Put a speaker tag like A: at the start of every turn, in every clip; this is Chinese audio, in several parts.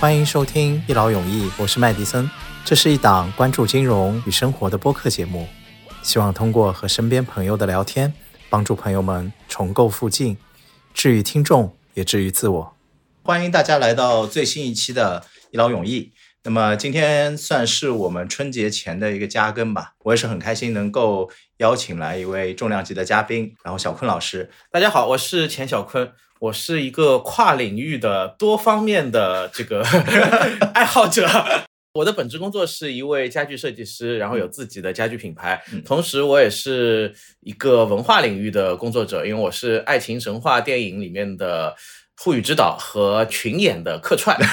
A: 欢迎收听一劳永逸，我是麦迪森。这是一档关注金融与生活的播客节目，希望通过和身边朋友的聊天，帮助朋友们重构附近，治愈听众，也治愈自我。欢迎大家来到最新一期的一劳永逸。那么今天算是我们春节前的一个加更吧，我也是很开心能够邀请来一位重量级的嘉宾，然后小坤老师。
B: 大家好，我是钱小坤，我是一个跨领域的多方面的这个爱好者。我的本职工作是一位家具设计师，然后有自己的家具品牌，
A: 嗯
B: 同时我也是一个文化领域的工作者，因为我是爱情神话电影里面的沪语指导和群演的客串。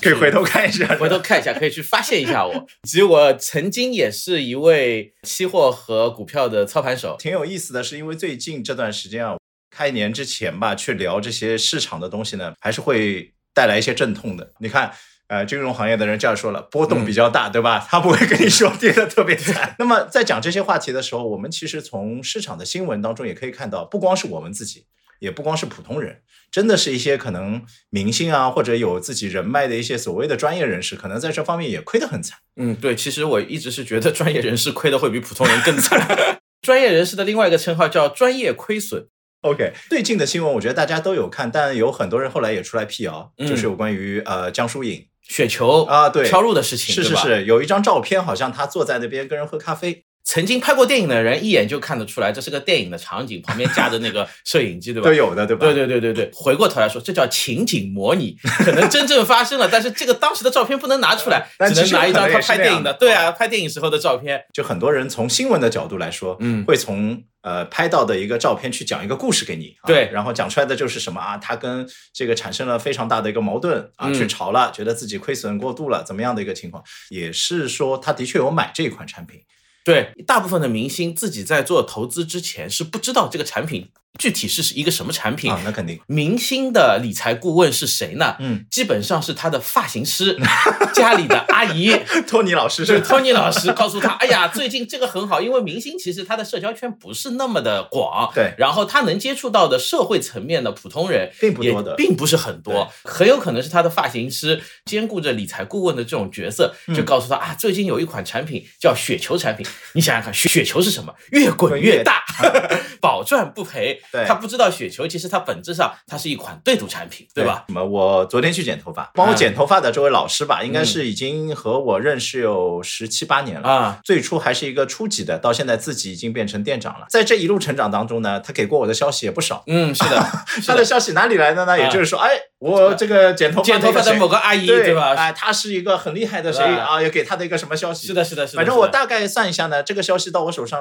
A: 可以回头看一下，
B: 回头看一下，可以去发现一下我。以及我曾经也是一位期货和股票的操盘手，
A: 挺有意思的是，因为最近这段时间啊，开年之前吧，去聊这些市场的东西呢，还是会带来一些阵痛的。你看。呃，金融行业的人这样说了，波动比较大，对吧？他不会跟你说跌的特别惨。那么在讲这些话题的时候，我们其实从市场的新闻当中也可以看到，不光是我们自己，也不光是普通人，真的是一些可能明星啊，或者有自己人脉的一些所谓的专业人士，可能在这方面也亏得很惨。
B: 嗯，对，其实我一直是觉得专业人士亏的会比普通人更惨。 专业人士的另外一个称号叫专业亏损。
A: OK，最近的新闻我觉得大家都有看，但有很多人后来也出来辟谣，
B: 嗯
A: 就是有关于呃江疏影
B: 雪球
A: 啊对
B: 飘入的事情，
A: 是
B: 对
A: 是
B: 吧。
A: 是，有一张照片，好像她坐在那边跟人喝咖啡，
B: 曾经拍过电影的人一眼就看得出来，这是个电影的场景，旁边架着那个摄影机，对吧
A: 都？有的，对吧？
B: 对对对对对，回过头来说，这叫情景模拟，可能真正发生了，但是这个当时的照片不能拿出来
A: 呃，但
B: 只
A: 其
B: 能
A: 实
B: 拿一
A: 可
B: 张
A: 能
B: 他
A: 也是
B: 拍
A: 那
B: 电
A: 样
B: 影
A: 的
B: 的，对啊，拍电影时候的照片，
A: 就很多人从新闻的角度来说，
B: 嗯
A: 会从呃拍到的一个照片去讲一个故事给你，啊
B: 对
A: 然后讲出来的就是什么啊，他跟这个产生了非常大的一个矛盾啊，
B: 嗯
A: 去吵了，觉得自己亏损过度了，怎么样的一个情况，也是说他的确有买这一款产品，
B: 对，大部分的明星自己在做投资之前是不知道这个产品具体是一个什么产品。
A: 啊，那肯定，
B: 明星的理财顾问是谁呢？
A: 嗯，
B: 基本上是他的发型师， 家里的阿姨。
A: 托尼老师
B: 就是是托尼老师告诉他，哎呀，最近这个很好，因为明星其实他的社交圈不是那么的广，
A: 对
B: 然后他能接触到的社会层面的普通人
A: 并不
B: 也
A: 多的
B: 并不是很多，很有可能是他的发型师兼顾着理财顾问的这种角色，
A: 嗯
B: 就告诉他啊，最近有一款产品叫雪球产品， 你想想看，雪雪球是什么？越滚 越大， 保赚不赔。
A: 对
B: 他不知道雪球其实它本质上它是一款对赌产品，对吧？？嗯
A: 什么？我昨天去剪头发，帮我剪头发的这位老师吧，应该是已经和我认识有十七八年了。
B: 啊，
A: 最初还是一个初级的，到现在自己已经变成店长了。在这一路成长当中呢，他给过我的消息也不少。
B: 嗯，是 的，是
A: 他的消息哪里来的呢？也就是说，哎，我这个剪头发
B: 剪头发
A: 那个
B: 的
A: 谁
B: 某个阿姨，
A: 对
B: 对吧？
A: 哎，他是一个很厉害的谁
B: 对吧
A: 啊？也给他的一个什么消息？
B: 是的，是的，是的。
A: 反正
B: 是
A: 我
B: 的
A: 大概算一下呢，这个消息到我手上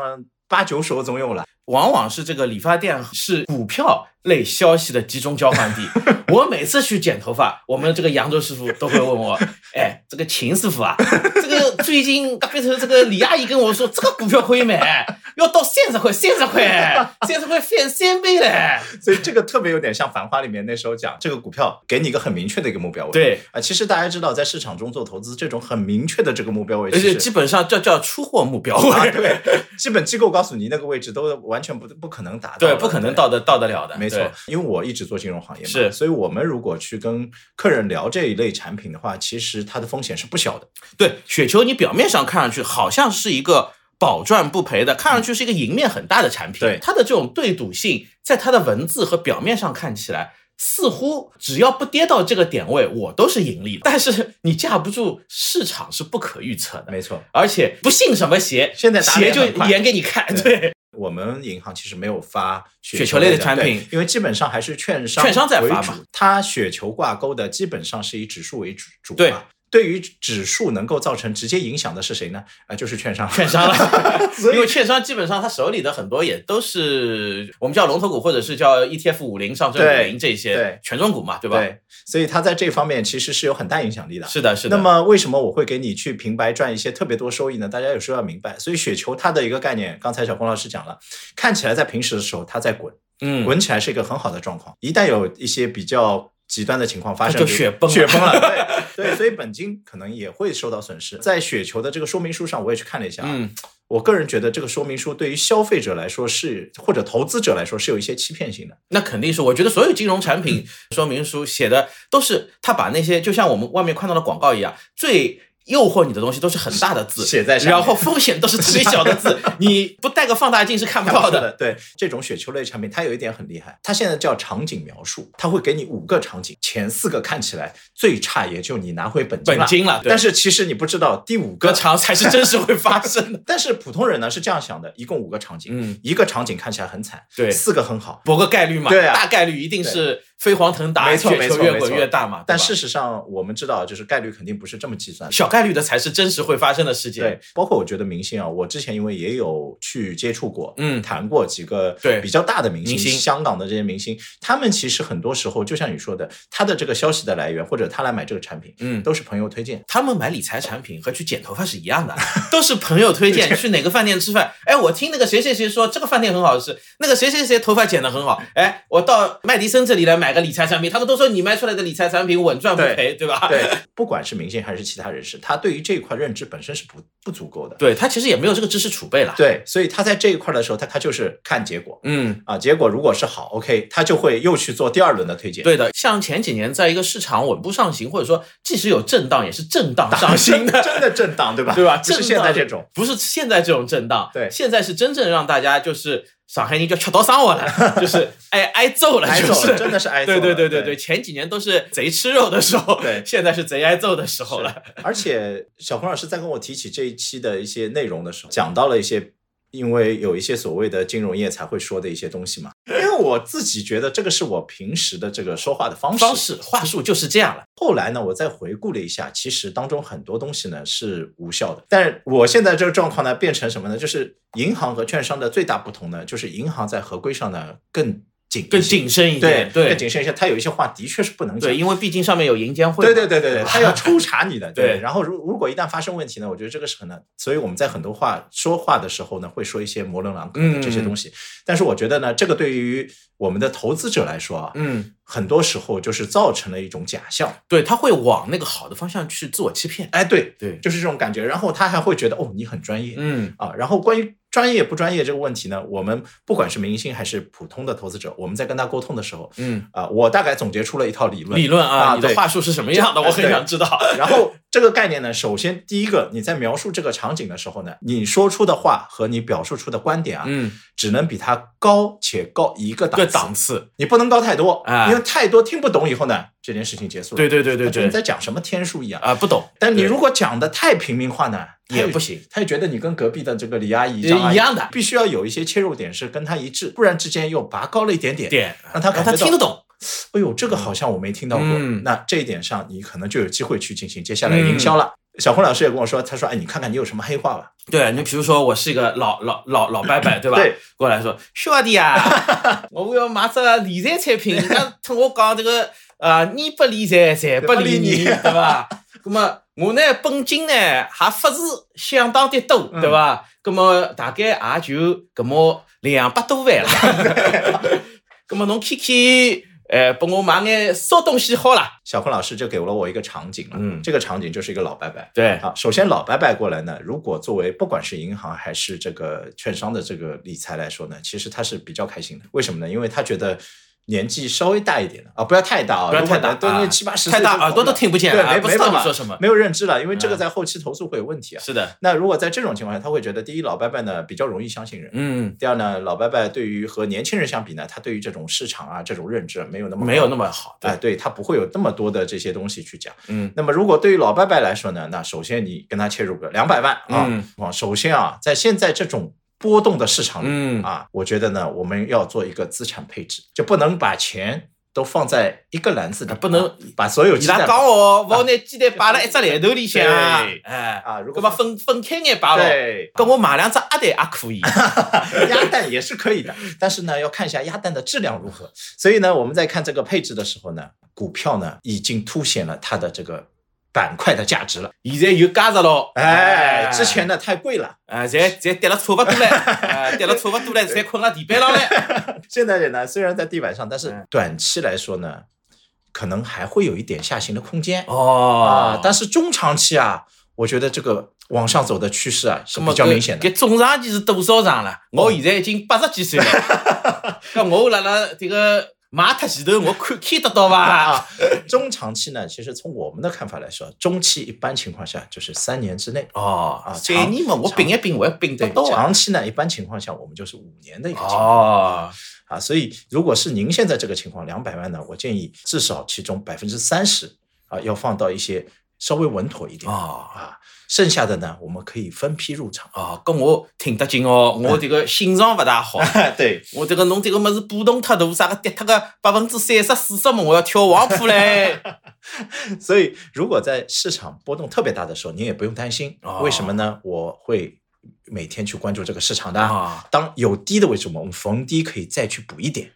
A: 八九手总有了。
B: 往往是这个理发店是股票类消息的集中交 换地。我每次去剪头发，我们这个扬州师傅都会问我：“哎，这个秦师傅啊，这个最近变成这个李阿姨跟我说，这个股票可以买，要到三十块，三十块，三十块翻三倍嘞。
A: 所以这个特别有点像《繁花》里面那时候讲，这个股票给你一个很明确的一个目标位。
B: 对
A: 啊，其实大家知道，在市场中做投资，这种很明确的这个目标”位
B: 而
A: 其
B: 且
A: 实，
B: 基本上叫叫出货目标
A: 啊，
B: 位，
A: 对，基本机构告诉你那个位置都完全不不可能达到的，
B: 对，不可能到得到得了的，
A: 对。没错
B: 对，
A: 因为我一直做金融行业嘛，
B: 是
A: 所以我们如果去跟客人聊这一类产品的话，其实它的风险是不小的。
B: 对，雪球你表面上看上去好像是一个保赚不赔的，看上去是一个赢面很大的产品。
A: 对
B: 它的这种对赌性，在它的文字和表面上看起来。似乎只要不跌到这个点位，我都是盈利的。但是你架不住市场是不可预测的，
A: 没错，
B: 而且不信什么邪，
A: 现在打
B: 邪
A: 脸
B: 就
A: 很快
B: 演给你看。
A: 对
B: 对，
A: 我们银行其实没有发
B: 雪
A: 球
B: 球类
A: 的
B: 的产品
A: 对因为基本上还是券商
B: 券商在发
A: 为主
B: 嘛。
A: 它雪球挂钩的基本上是以指数为主主嘛。
B: 对
A: 对于指数能够造成直接影响的是谁呢？啊、就是券商。，
B: 券商了
A: 所以
B: 因为券商基本上他手里的很多也都是我们叫龙头股，或者是叫 ETF 五零、上证五
A: 对
B: 零这些
A: 对
B: 权重股嘛，对吧？
A: 对，所以它在这方面其实是有很大影响力的。
B: 是的，是的。
A: 那么为什么我会给你去平白赚一些特别多收益呢？大家有时候要明白，所以雪球它的一个概念，刚才小龚老师讲了，看起来在平时的时候它在滚，
B: 嗯，
A: 滚起来是一个很好的状况。一旦有一些比较极端的情况发生，
B: 它就雪崩了
A: 雪崩了。 对对，所以本金可能也会受到损失。在雪球的这个说明书上，我也去看了一下啊，
B: 嗯，
A: 我个人觉得这个说明书对于消费者来说是，或者投资者来说是有一些欺骗性的。
B: 那肯定是，我觉得所有金融产品
A: 嗯
B: 说明书写的都是他把那些就像我们外面看到的广告一样，最诱惑你的东西都是很大的字
A: 写在上面
B: 然后风险都是特别小 的字，你不带个放大镜是看不到
A: 到
B: 的。
A: 的，对这种雪球类产品，它有一点很厉害，它现在叫场景描述，它会给你五个场景，前四个看起来最差也就你拿回本金了
B: 本金了对
A: 但是其实你不知道第五
B: 隔
A: 个场，。
B: 长才是真实会发生的
A: 但是普通人呢是这样想的，一共五个场景，
B: 嗯，
A: 一个场景看起来很惨，
B: 对
A: 四个很好，
B: 博个概率嘛，
A: 对啊
B: 大概率一定是飞黄腾达，
A: 没错
B: 雪
A: 没
B: 球
A: 错
B: 越
A: 没错
B: 滚越大嘛。
A: 但
B: 啊对吧
A: 事实上我们知道，就是概率肯定不是这么计算的。
B: 小概率的才是真实会发生的事
A: 对
B: 件。，
A: 包括我觉得明星啊，我之前因为也有去接触过，
B: 嗯
A: 谈过几个
B: 对
A: 比较大的明星，
B: 明星
A: 香港的这些明星，他们其实很多时候就像你说的，他的这个消息的来源或者他来买这个产品，
B: 嗯
A: 都是朋友推荐。
B: 他们买理财产品和去剪头发是一样的， 都是朋友推荐去哪个饭店吃饭。哎，我听那个谁谁谁说这个饭店很好吃，那个谁谁谁头发剪得很好。哎，我到麦迪森这里来买个理财产品，他们都说你卖出来的理财产品稳赚不
A: 对
B: 赔，对吧？
A: 对，不管是明星还是其他人士，他对于这一块认知本身是不不足够的。
B: 对，他其实也没有这个知识储备了。
A: 对，所以他在这一块的时候，他他就是看结果
B: 嗯，
A: 啊，结果如果是好，OK，他就会又去做第二轮的推荐。
B: 对的，像前几年在一个市场稳步上行，或者说即使有震荡，也是震荡上 行的。
A: 真的震荡，对吧？
B: 对吧？
A: 不是
B: 震
A: 现
B: 荡
A: 在这种，，
B: 不是现在这种震荡，
A: 对
B: 现在是真正让大家就是上海人叫吃到伤我了， 就是挨挨揍了，
A: 挨
B: 就
A: 揍
B: 是
A: 了，真的是挨揍
B: 对
A: 了。
B: 对对对
A: 对
B: 对，前几年都是贼吃肉的时候，
A: 对
B: 现在是贼挨揍的时候了。
A: 而且小孔老师在跟我提起这一期的一些内容的时候，讲到了一些，因为有一些所谓的金融业才会说的一些东西嘛。因为我自己觉得这个是我平时的这个说话的方式。
B: 方式话术就是这样了，
A: 后来呢，我再回顾了一下，其实当中很多东西呢是无效的。但是我现在这个状况呢，变成什么呢？就是银行和券商的最大不同呢，就是银行在合规上呢更紧一些，
B: 更谨慎一
A: 对
B: 点，
A: 更
B: 对
A: 谨慎一些。它有一些话的确是不能讲
B: 对，。因为毕竟上面有银监会嘛，
A: 对对对对对，
B: 吧
A: 他要抽查你的。
B: 对
A: 然后如如果一旦发生问题呢，我觉得这个是很难。所以我们在很多话说话的时候呢，会说一些模棱两可的这些东
B: 嗯
A: 西。但是我觉得呢，这个对于我们的投资者来说啊，
B: 嗯，
A: 很多时候就是造成了一种假象。
B: 对，他会往那个好的方向去自我欺骗，
A: 哎，对，
B: 对，
A: 就是这种感觉。然后他还会觉得哦，你很专业。
B: 嗯。
A: 啊，然后关于专业不专业这个问题呢，我们不管是明星还是普通的投资者，我们在跟他沟通的时候，
B: 嗯，
A: 啊，我大概总结出了一套理论。
B: 理论啊，
A: 啊
B: 你的
A: 对
B: 话术是什么样的？
A: 这
B: 我很
A: 对
B: 想知道。
A: 然后这个概念呢，首先第一个，你在描述这个场景的时候呢，你说出的话和你表述出的观点啊，
B: 嗯，
A: 只能比它高且高一个档
B: 对
A: 次，
B: 档次，
A: 你不能高太多，
B: 哎
A: 因为太多听不懂以后呢，这件事情结束了。
B: 对对对对
A: 它就你
B: 对，
A: 在讲什么天书一样。
B: 啊，不懂。
A: 但你
B: 对
A: 如果讲的太平民化呢，他
B: 也
A: 也
B: 不行，
A: 他也觉得你跟隔壁的这个李阿姨、
B: 也
A: 张阿姨
B: 一样的
A: 必须要有一些切入点是跟他一致，不然之间又拔高了一点点。
B: 点
A: 让他
B: 让
A: 感
B: 他
A: 觉到
B: 听得懂，
A: 哎呦，这个好像我没听到过。
B: 嗯
A: 那这一点上，你可能就有机会去进行接下来的营销了。小红老师也跟我说，他说：“哎，你看看你有什么黑话吧。
B: 对你比如说我是一个老老老老伯伯，对吧？
A: 对，
B: 过来说兄弟 啊，我要买只理财产品，人家听我讲这个啊，你不理财，财不理你，
A: 不理你
B: 对吧？那么我呢，本金呢还不是相当的多，对吧？那么大概也就搿么两百多万了。 那么侬看看，呃，帮我买眼烧东西好了。”
A: 小红老师就给了我一个场景了。
B: 嗯
A: 这个场景就是一个老伯伯。
B: 对，
A: 啊，首先老伯伯过来呢，如果作为不管是银行还是这个券商的这个理财来说呢，其实他是比较开心的。为什么呢？因为他觉得年纪稍微大一点的啊，不要太大啊，
B: 不要太大
A: 如果呢
B: 啊
A: 都七八十岁
B: 太大
A: 就
B: 耳朵都听嗯不见
A: 对，
B: 啊
A: 没
B: 不
A: 没
B: 知道
A: 办
B: 你
A: 法
B: 说什么
A: 没有认知了，因为这个在后期投诉会有问题啊。
B: 是的，
A: 那如果在这种情况下，他会觉得第一，老伯伯呢比较容易相信人。
B: 嗯，
A: 第二呢，老伯伯对于和年轻人相比呢，他对于这种市场啊这种认知没有那么
B: 没有
A: 么
B: 那么好，
A: 哎，
B: 对，
A: 对他不会有那么多的这些东西去讲。
B: 嗯，
A: 那么如果对于老伯伯来说呢，那首先你跟他切入个两百万啊，
B: 嗯
A: 啊，首先啊，在现在这种波动的市场里、
B: 嗯
A: 啊，我觉得呢，我们要做一个资产配置，就不能把钱都放在一个篮子里，
B: 啊
A: 啊
B: 不能
A: 把所有
B: 伊
A: 鸡
B: 拉
A: 蛋
B: 讲哦，勿好拿鸡蛋摆辣一只篮头里向，
A: 对
B: 哎，
A: 啊，如
B: 搿
A: 果
B: 么分分开眼摆咯，
A: 对
B: 跟我买两只鸭蛋也可以，
A: 鸭蛋也是可以的，但是呢，要看一下鸭蛋的质量如何。所以呢，我们在看这个配置的时候呢，股票呢已经凸显了它的这个板块的价值了。
B: 现在又加入咯，
A: 哎，之 前呢太贵了，
B: 哎，侪侪跌了差勿多唻， 哎，跌了差勿多唻，侪困辣地板浪唻，
A: 现在人呢虽然在地板上，但是
B: 嗯
A: 短期来说呢，可能还会有一点下行的空间
B: 哦
A: 啊，但是中长期啊，我觉得这个往上走的趋势啊是
B: 那么
A: 比较明显的。
B: 搿总长期是多少长了？我现在已经八十几岁了， 搿我辣辣这个买脱前头，我看看得到伐？
A: 啊，中长期呢，其实从我们的看法来说，中期一般情况下就是三年之内，
B: 哦
A: 啊
B: 三年嘛，我
A: 长
B: 并一并，我也并得
A: 对，
B: 到啊。
A: 长期呢，一般情况下我们就是五年的一个情况、
B: 哦，
A: 啊。所以，如果是您现在这个情况，两百万呢，我建议至少其中百分之三十啊，要放到一些稍微稳妥一点、
B: 哦。
A: 啊，剩下的呢，我们可以分批入 场。
B: 哦，搿我听得进哦，
A: 嗯
B: 我这个心脏 勿大好，
A: 对，
B: 我这个侬这个物事波动太大，啥个跌脱个百分之三十、四十么，我要跳黄浦嘞。
A: 所以如果在市场波动特别大的时候，您也不用担心。
B: 哦
A: 为什么呢？我会每天去关注这个市场的。
B: 啊，
A: 当有低的位置，我们逢低可以再去补一 点。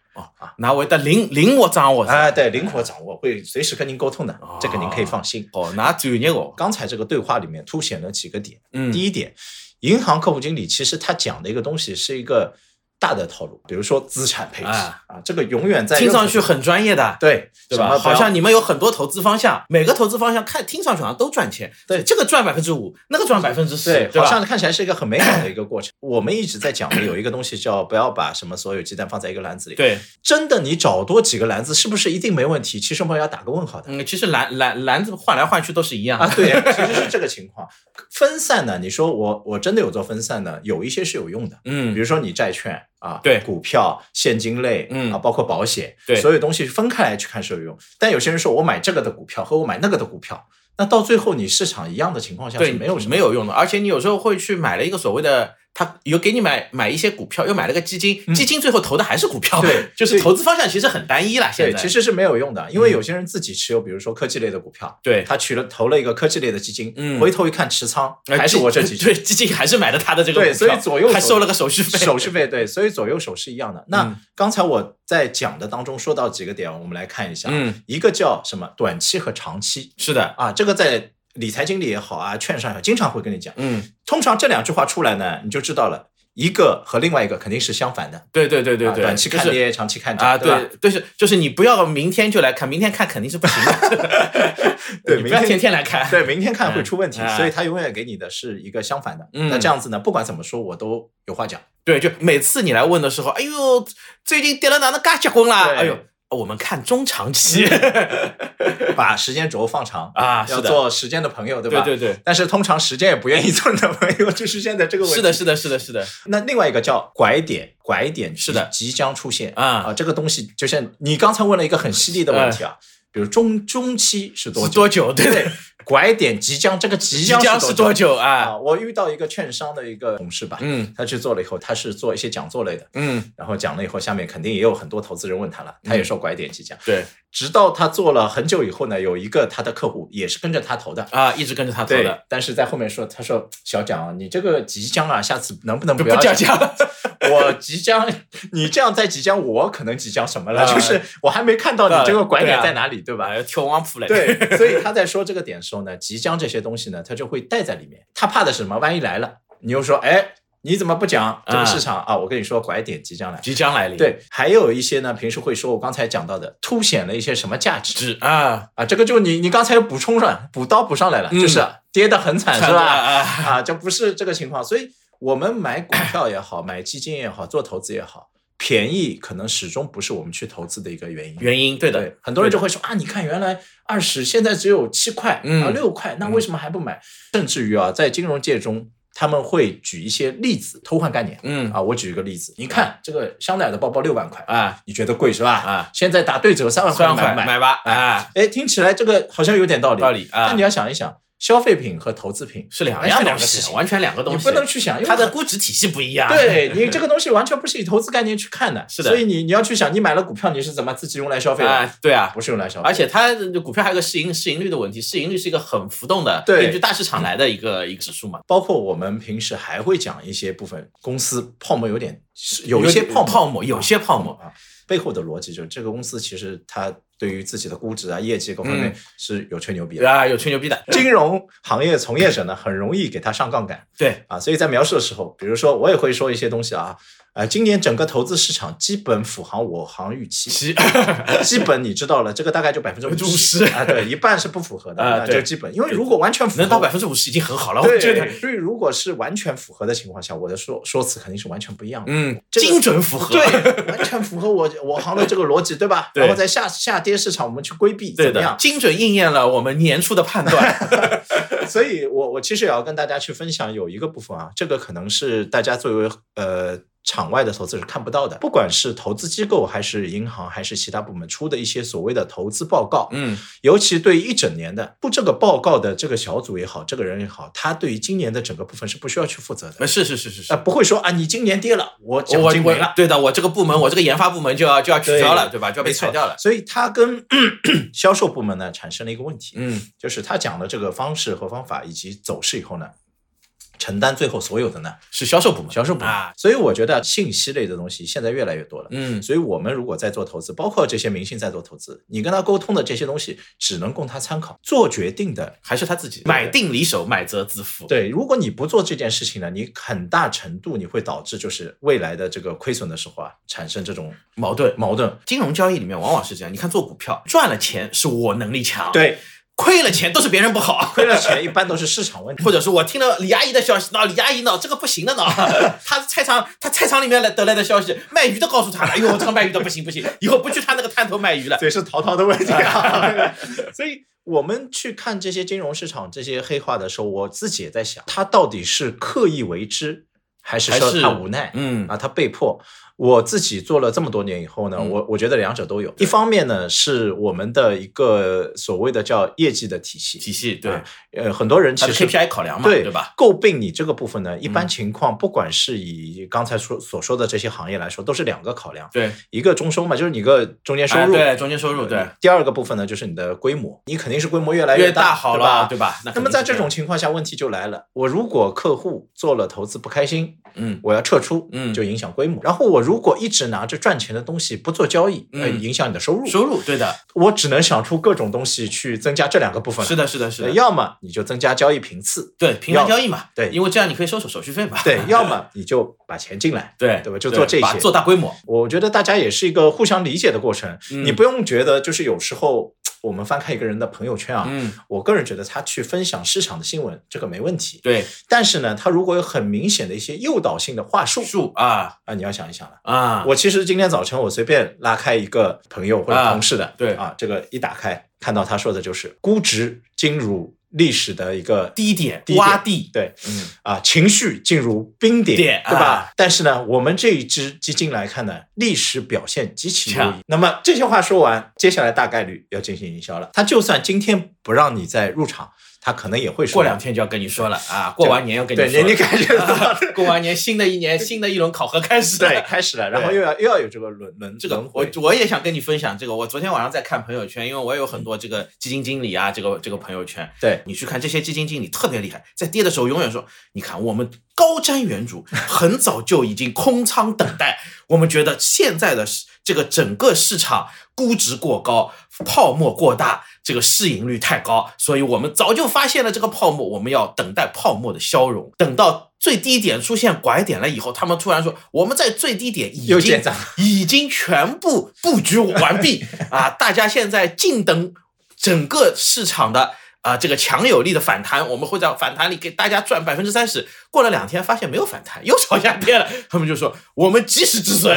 B: 那会得灵灵活掌握是吧
A: 哎，对，灵活掌握，会随时跟您沟通的，这个您可以放心。
B: 哦，那专业哦。
A: 刚才这个对话里面凸显了几个点。
B: 嗯
A: 第一点，银行客户经理其实他讲的一个东西是一个大的套路，比如说资产配置
B: 啊
A: 啊这个永远在
B: 听上
A: 任何
B: 去很专业的，
A: 对，
B: 对
A: 什
B: 吧？
A: 么不
B: 好
A: 要
B: 像你们有很多投资方向，每个投资方向看听上去好像都赚钱，
A: 对
B: 这个赚百分之五，那个赚百分之十，
A: 对，
B: 对
A: 好
B: 吧？
A: 像看起来是一个很美好的一个过程。 我们一直在讲的有一个东西叫不要把什么所有鸡蛋放在一个篮子里。，
B: 对，
A: 真的你找多几个篮子是不是一定没问题？其实我们要打个问号 的。
B: 嗯，其实篮篮篮子换来换去都是一样
A: 啊，对，其实是这个情况。分散呢，你说我我真的有做分散呢，有一些是有用的，比
B: 嗯，
A: 如说你债券啊，
B: 对
A: 股票、现金类，
B: 嗯
A: 啊，包括保险，
B: 对
A: 所有东西分开来去看是有用。但有些人说我买这个的股票和我买那个的股票，那到最后你市场一样的情况下
B: 对，
A: 是没有什么
B: 没有用的，而且你有时候会去买了一个所谓的。他有给你买买一些股票，又买了个基金，基金最后投的还是股票，
A: 嗯对
B: 就是
A: 对
B: 投资方向其实很单一了。现
A: 对，
B: 在嗯
A: 其实是没有用的，因为有些人自己持有，比如说科技类的股票，
B: 对
A: 他取了投了一个科技类的基金，
B: 嗯
A: 回头一看持仓
B: 哎
A: 还是
B: 基
A: 我这几只，
B: 对基金还是买的他的这个股票，
A: 对所以左右
B: 还
A: 手
B: 收了个手续费，
A: 手续费对，所以左右手是一样的。那
B: 嗯
A: 刚才我在讲的当中说到几个点，我们来看一下，啊
B: 嗯，
A: 一个叫什么短期和长期
B: 是的，
A: 啊，这个在理财经理也好啊，券商也好，经常会跟你讲。
B: 嗯，
A: 通常这两句话出来呢，你就知道了，一个和另外一个肯定是相反的，
B: 对对对对
A: 啊
B: 对，
A: 短期
B: 就
A: 看
B: 是
A: 跌，长期看涨
B: 啊，
A: 对吧
B: 对，就是就是你不要明天就来看，明天看肯定是不行的。
A: 对
B: 你不
A: 明
B: 要
A: 天
B: 天天来看。
A: 对，明天看会出问题，
B: 嗯哎
A: 所以他永远给你的是一个相反的。
B: 嗯
A: 那这样子呢，不管怎么说，我都有话 讲。
B: 对就每次你来问的时候，哎呦，最近跌了哪能嘎结棍啦？
A: 对
B: 哎呦，我们看中 长期
A: 把时间轴放长，
B: 啊，
A: 要
B: 是的，
A: 做时间的朋友，对吧？
B: 对对对，
A: 但是通常时间也不愿意做你的朋友，就是现在这个问题。
B: 是的，是的，是的，是的，
A: 那另外一个叫拐点，拐点即
B: 是的
A: 即将出现
B: 啊
A: 这个东西就像你刚才问了一个很犀利的问题啊，比如中中期是多
B: 哎是
A: 久？
B: 多久？对对，
A: 拐点即将，这个即
B: 即
A: 将
B: 将是多
A: 多
B: 久啊？
A: 啊？我遇到一个券商的一个同事吧，
B: 嗯
A: 他去做了以后，他是做一些讲座类的，
B: 嗯，
A: 然后讲了以后，下面肯定也有很多投资人问他了，他也说拐点即将。
B: 对
A: 直到他做了很久以后呢，有一个他的客户也是跟着他投的。
B: 啊，一直跟着他走的，
A: 对，但是在后面说，他说小蒋啊，你这个即将啊，下次能不能
B: 就
A: 不
B: 不
A: 要
B: 叫
A: 讲
B: 价
A: 我即将，你这样在即将，我可能即将什么了？
B: 啊
A: 就是我还没看到你这个拐
B: 对
A: 点
B: 啊
A: 在哪里，对吧？
B: 要跳黄浦嘞。
A: 对，所以他在说这个点的时候呢，即将这些东西呢，他就会带在里面。他怕的是什么？万一来了，你又说，哎，你怎么不讲这个市场啊？我跟你说，拐点即将来。
B: 即将来临。
A: 对，还有一些呢，平时会说我刚才讲到的，凸显了一些什么价值
B: 只啊，
A: 啊？这个就你你刚才又补充上，补刀补上来了，
B: 嗯
A: 就是啊跌得很惨，是吧？
B: 啊，
A: 啊，这不是这个情况。所以我们买股票也好，买基金也好，做投资也好，便宜可能始终不是我们去投资的一个原因。
B: 原因对的
A: 对，，很多人就会说啊，你看原来二十，现在只有七块
B: 嗯
A: 啊六块，那为什么还不买？甚至于啊，在金融界中，他们会举一些例子偷换概念。
B: 嗯
A: 啊，我举一个例子，你看这个香奈儿的包包六万块，
B: 啊，
A: 你觉得贵是吧？
B: 啊，
A: 现在打对折三万块，
B: 三
A: 你
B: 万
A: 买
B: 块
A: 不买？
B: 买吧啊，
A: 哎，听起来这个好像有点道理。
B: 道理啊
A: 但你要想一想，消费品和投资品
B: 是两
A: 完全
B: 样
A: 哎两
B: 东
A: 个事
B: 西，
A: 情，
B: 完全两个东
A: 你
B: 西。
A: 不能去想，因为
B: 它的
A: 很
B: 估值体系不一样。
A: 对你这个东西完全不是以投资概念去看的，
B: 是的
A: 所以你你要去想，你买了股票你是怎么自己用来消费的，
B: 啊，对啊，
A: 不是用来消费
B: 而。且它的股票还有个市盈市盈率的问题，市盈率是一个很浮动的，
A: 对
B: 根据大市场来的一个一个指数嘛。
A: 包括我们平时还会讲一些部分公司泡沫有点有一些
B: 泡
A: 泡沫
B: 沫，有些泡沫
A: 啊，背后的逻辑就是这个公司其实它对于自己的估值啊、业绩各方面是有吹牛逼的。
B: 嗯啊，有吹牛逼的，
A: 金融行业从业者呢，很容易给它上杠杆
B: 对
A: 啊，所以在描述的时候，比如说我也会说一些东西啊，呃，今年整个投资市场基本符合我行预期，
B: 其
A: 基本你知道了，这个大概就百分之
B: 50%
A: 啊，对，一半是不符合的，
B: 啊
A: 那
B: 对
A: 就基本，因为如果完全符合，
B: 能到百分之五十已经很好了，我觉得
A: 对，，所以如果是完全符合的情况下，我的说说辞肯定是完全不一样的。
B: 嗯，
A: 这个
B: 精准符合，
A: 对，完全符合我我行的这个逻辑，对吧？
B: 对
A: 然后在下下跌市场，我们去规避，
B: 对
A: 怎么
B: 的
A: 样，？
B: 精准应验了我们年初的判断。
A: 所以我我其实也要跟大家去分享有一个部分啊，这个可能是大家作为呃场外的投资者看不到的，不管是投资机构还是银行还是其他部门出的一些所谓的投资报告，
B: 嗯，
A: 尤其对于一整年的不这个报告的这个小组也好，这个人也好，他对于今年的整个部分是不需要去负责的。
B: 呃是是是是是
A: 啊，。不会说啊，你今年跌了，我奖
B: 我
A: 金
B: 我
A: 没了，
B: 对的，我这个部门，我这个研发部门就要就要取消了，对吧？就要被
A: 没错
B: 裁掉了。
A: 所以他跟 销售部门呢产生了一个问题，
B: 嗯，
A: 就是他讲的这个方式和方法以及走势以后呢，承担最后所有的呢
B: 是销售部门，
A: 销售部门。
B: 啊，
A: 所以我觉得信息类的东西现在越来越多了。
B: 嗯，
A: 所以我们如果在做投资，包括这些明星在做投资，你跟他沟通的这些东西，只能供他参考。做决定的，
B: 还是他自己买定离手，买则自负。，
A: 对，如果你不做这件事情呢，你很大程度你会导致就是未来的这个亏损的时候啊，产生这种
B: 矛盾。
A: 矛盾。
B: 金融交易里面往往是这样，你看做股票赚了钱是我能力强，，
A: 对，
B: 亏了钱都是别人不 好，
A: 亏了钱一般都是市场问题
B: 或。者说我听了李阿姨的消息，那李阿姨呢，这个不行的 呢，她菜场她菜场里面来得来的消息，卖鱼的告诉她了，哎呦，这个卖鱼的不行不行，以后不去她那个摊头卖鱼 了。
A: 所以是淘淘的问题 啊。所以我们去看这些金融市场这些黑话的时候，我自己也在想，他到底是刻意为之，还是说
B: 还是
A: 他无奈？
B: 嗯
A: 啊，他被迫。我自己做了这么多年以后呢，
B: 嗯
A: 我我觉得两者都有。一方面呢，是我们的一个所谓的叫业绩的体系，
B: 体系对，
A: 啊呃，很多人
B: 它
A: 其
B: 的
A: 实
B: KPI 考量嘛，
A: 对
B: 对吧？？嗯
A: 诟病你这个部分呢，一般情况，不管是以刚才说所说的这些行业来说，都是两个考量，
B: 对，
A: 一个中收嘛，就是你个中间收
B: 哎
A: 入，嗯
B: 对中间收入对，
A: 第二个部分呢，就是你的规模，你肯定是规模越来
B: 越
A: 大，
B: 好
A: 对
B: 了，
A: 吧？
B: 对吧？那
A: 那
B: 肯
A: 么
B: 定
A: 在
B: 是
A: 这种情况下，问题就来了。我如果客户做了投资不开心，
B: 嗯
A: 我要撤出，
B: 嗯
A: 就影响规模。然后我如果一直拿着赚钱的东西不做交易，
B: 嗯
A: 呃影响你的收入。
B: 收入对的，
A: 我只能想出各种东西去增加这两个部分。
B: 是的，是的，是
A: 呃
B: 的，
A: 要么你就增加交易频次，
B: 对频繁交易嘛，
A: 对
B: 因为这样你可以收手手续费 嘛，
A: 对，要么你就把钱进来，
B: 对
A: 对吧就做这
B: 把
A: 些
B: 做大规模，
A: 我觉得大家也是一个互相理解的过程，
B: 嗯
A: 你不用觉得就是有时候我们翻看一个人的朋友圈啊，
B: 嗯，
A: 我个人觉得他去分享市场的新闻这个没问题，
B: 对，
A: 但是呢，他如果有很明显的一些诱导性的话术
B: 数啊
A: 啊，你要想一想了。
B: 啊，
A: 我其实今天早晨我随便拉开一个朋友或者
B: 啊
A: 同事的，
B: 对
A: 啊，这个一打开看到他说的就是估值进入历史的一个
B: 低点
A: 低点
B: 洼地，
A: 对，
B: 嗯，
A: 啊，情绪进入冰点，
B: 点
A: 对吧？
B: 啊
A: 但是呢，我们这一支基金来看呢，历史表现极其优
B: 强
A: 异。那么这些话说完，接下来大概率要进行营销了。他就算今天不让你再入场，他可能也会说
B: 过两天就要跟你说了啊，过完年要跟你
A: 对，
B: 说
A: 你
B: 了，
A: 你感觉 到
B: 过完年新的一年新的一轮考核开始，
A: 对，开始了，然后
B: 对
A: 又要又要有这个轮轮
B: 这个
A: 轮
B: 我
A: 回。
B: 我也想跟你分享这个。我昨天晚上在看朋友圈，因为我也有很多这个基金经理啊，这个这个朋友圈，
A: 对，
B: 你去看这些基金经理特别厉害，在跌的时候永远说，你看我们高瞻远瞩，很早就已经空仓等待。我们觉得现在的市这个整个市场估值过高，泡沫过大，这个市盈率太高，所以我们早就发现了这个泡沫，我们要等待泡沫的消融，等到。最低点出现拐点了以后，他们突然说我们在最低点已
A: 又
B: 经
A: 建仓
B: 已经全部布局完 毕啊！大家现在静等整个市场的啊这个强有力的反弹，我们会在反弹里给大家赚百分之三十。过了两天发现没有反弹，又朝下跌了， 他们就说我们及时止 损。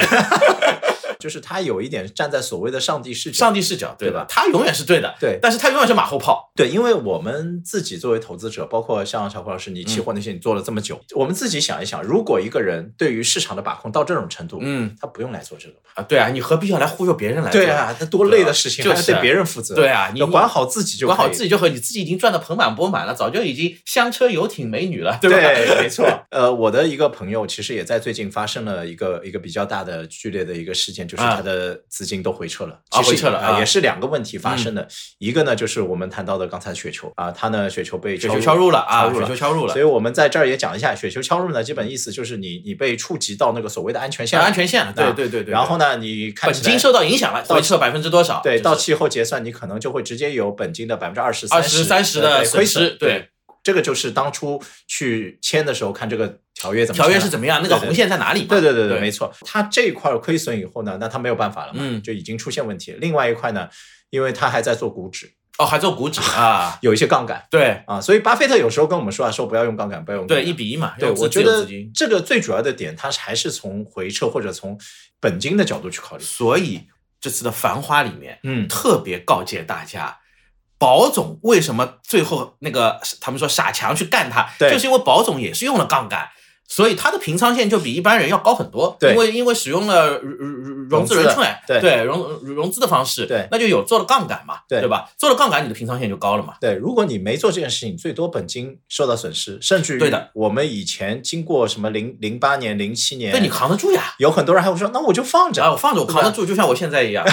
A: 就是他有一点站在所谓的上帝视角，
B: 上帝视角对
A: 对
B: 吧
A: 吧？
B: 他永远是对的，
A: 对
B: 但是他永远是马后炮。
A: 对，因为我们自己作为投资者，包括像小虎老师，你期货那些你做了这么久，我们自己想一想，如果一个人对于市场的把控到这种程度，
B: 嗯
A: 他不用来做这个吧？
B: 啊，对啊，你何必要来忽悠别人来？
A: 对，啊，那多累的事情，
B: 就
A: 还
B: 是
A: 要对别人负责。
B: 对啊，你
A: 要管好自己就
B: 管好自
A: 己。
B: 己就好，你自己已经赚的盆满钵满了，早就已经香车游艇美女了，对吧？
A: 对，没 错。呃，我的一个朋友其实也在最近发生了一个一个比较大的剧烈的一个事件，就是
B: 啊
A: 他的资金都回撤了，
B: 啊
A: 其实
B: 回撤了
A: 啊，
B: 啊嗯
A: 也是两个问题发生的。一个呢，就是我们谈到的刚才雪球啊，他呢雪球被
B: 雪球敲入了啊，
A: 入
B: 雪
A: 了
B: 球敲入了
A: 所以，我们在这儿也讲一下雪球敲入呢，基本意思就是你你被触及到那个所谓的安全线
B: 像
A: 了，
B: 安全线了，对对对对。
A: 然后呢，你看
B: 本
A: 起来
B: 金受到影响了，回撤百分之多少？
A: 对
B: 就是
A: 到期后结算，你可能就会直接有本金的百分之二十、
B: 20-30%的
A: 对亏
B: 损失对
A: 这个就是当初去签的时候看这个条约怎么
B: 条约
A: 签
B: 是
A: 啊
B: 怎么样，那个
A: 对对
B: 红线在哪里嘛？
A: 对对对对，
B: 对
A: 没错。它这一块亏损以后呢，那它没有办法了嘛，
B: 嗯
A: 就已经出现问题了。另外一块呢，因为它还在做股指，
B: 哦，还做股指啊？
A: 有一些杠杆
B: 对
A: 啊，所以巴菲特有时候跟我们说啊，说不要用杠杆，不要用杠
B: 对，
A: 杆
B: 一比一嘛，
A: 对，
B: 用自
A: 我觉
B: 自有
A: 得
B: 资金
A: 这个最主要的点，它还是从回撤或者从本金的角度去考虑。
B: 所以这次的《繁花》里面
A: 嗯，
B: 特别告诫大家。保总为什么最后那个他们说傻强去干他，
A: 对
B: 就是因为保总也是用了杠杆，所以他的平仓线就比一般人要高很多。
A: 对
B: 因为因为使用了融融融资
A: 融资
B: 人
A: 的
B: 券，
A: 对
B: 融融资的方式，
A: 对
B: 那就有做了杠杆嘛，
A: 对
B: 对吧？做了杠杆，你的平仓线就高了嘛。
A: 对，如果你没做这件事情，最多本金受到损失，甚至于
B: 对的
A: 我们以前经过什么零零八年、零七年，
B: 对你哎扛得住呀，
A: 有很多人还会说，那我就放
B: 只要
A: 着。
B: 我放着我扛得住，就像我现在 一样。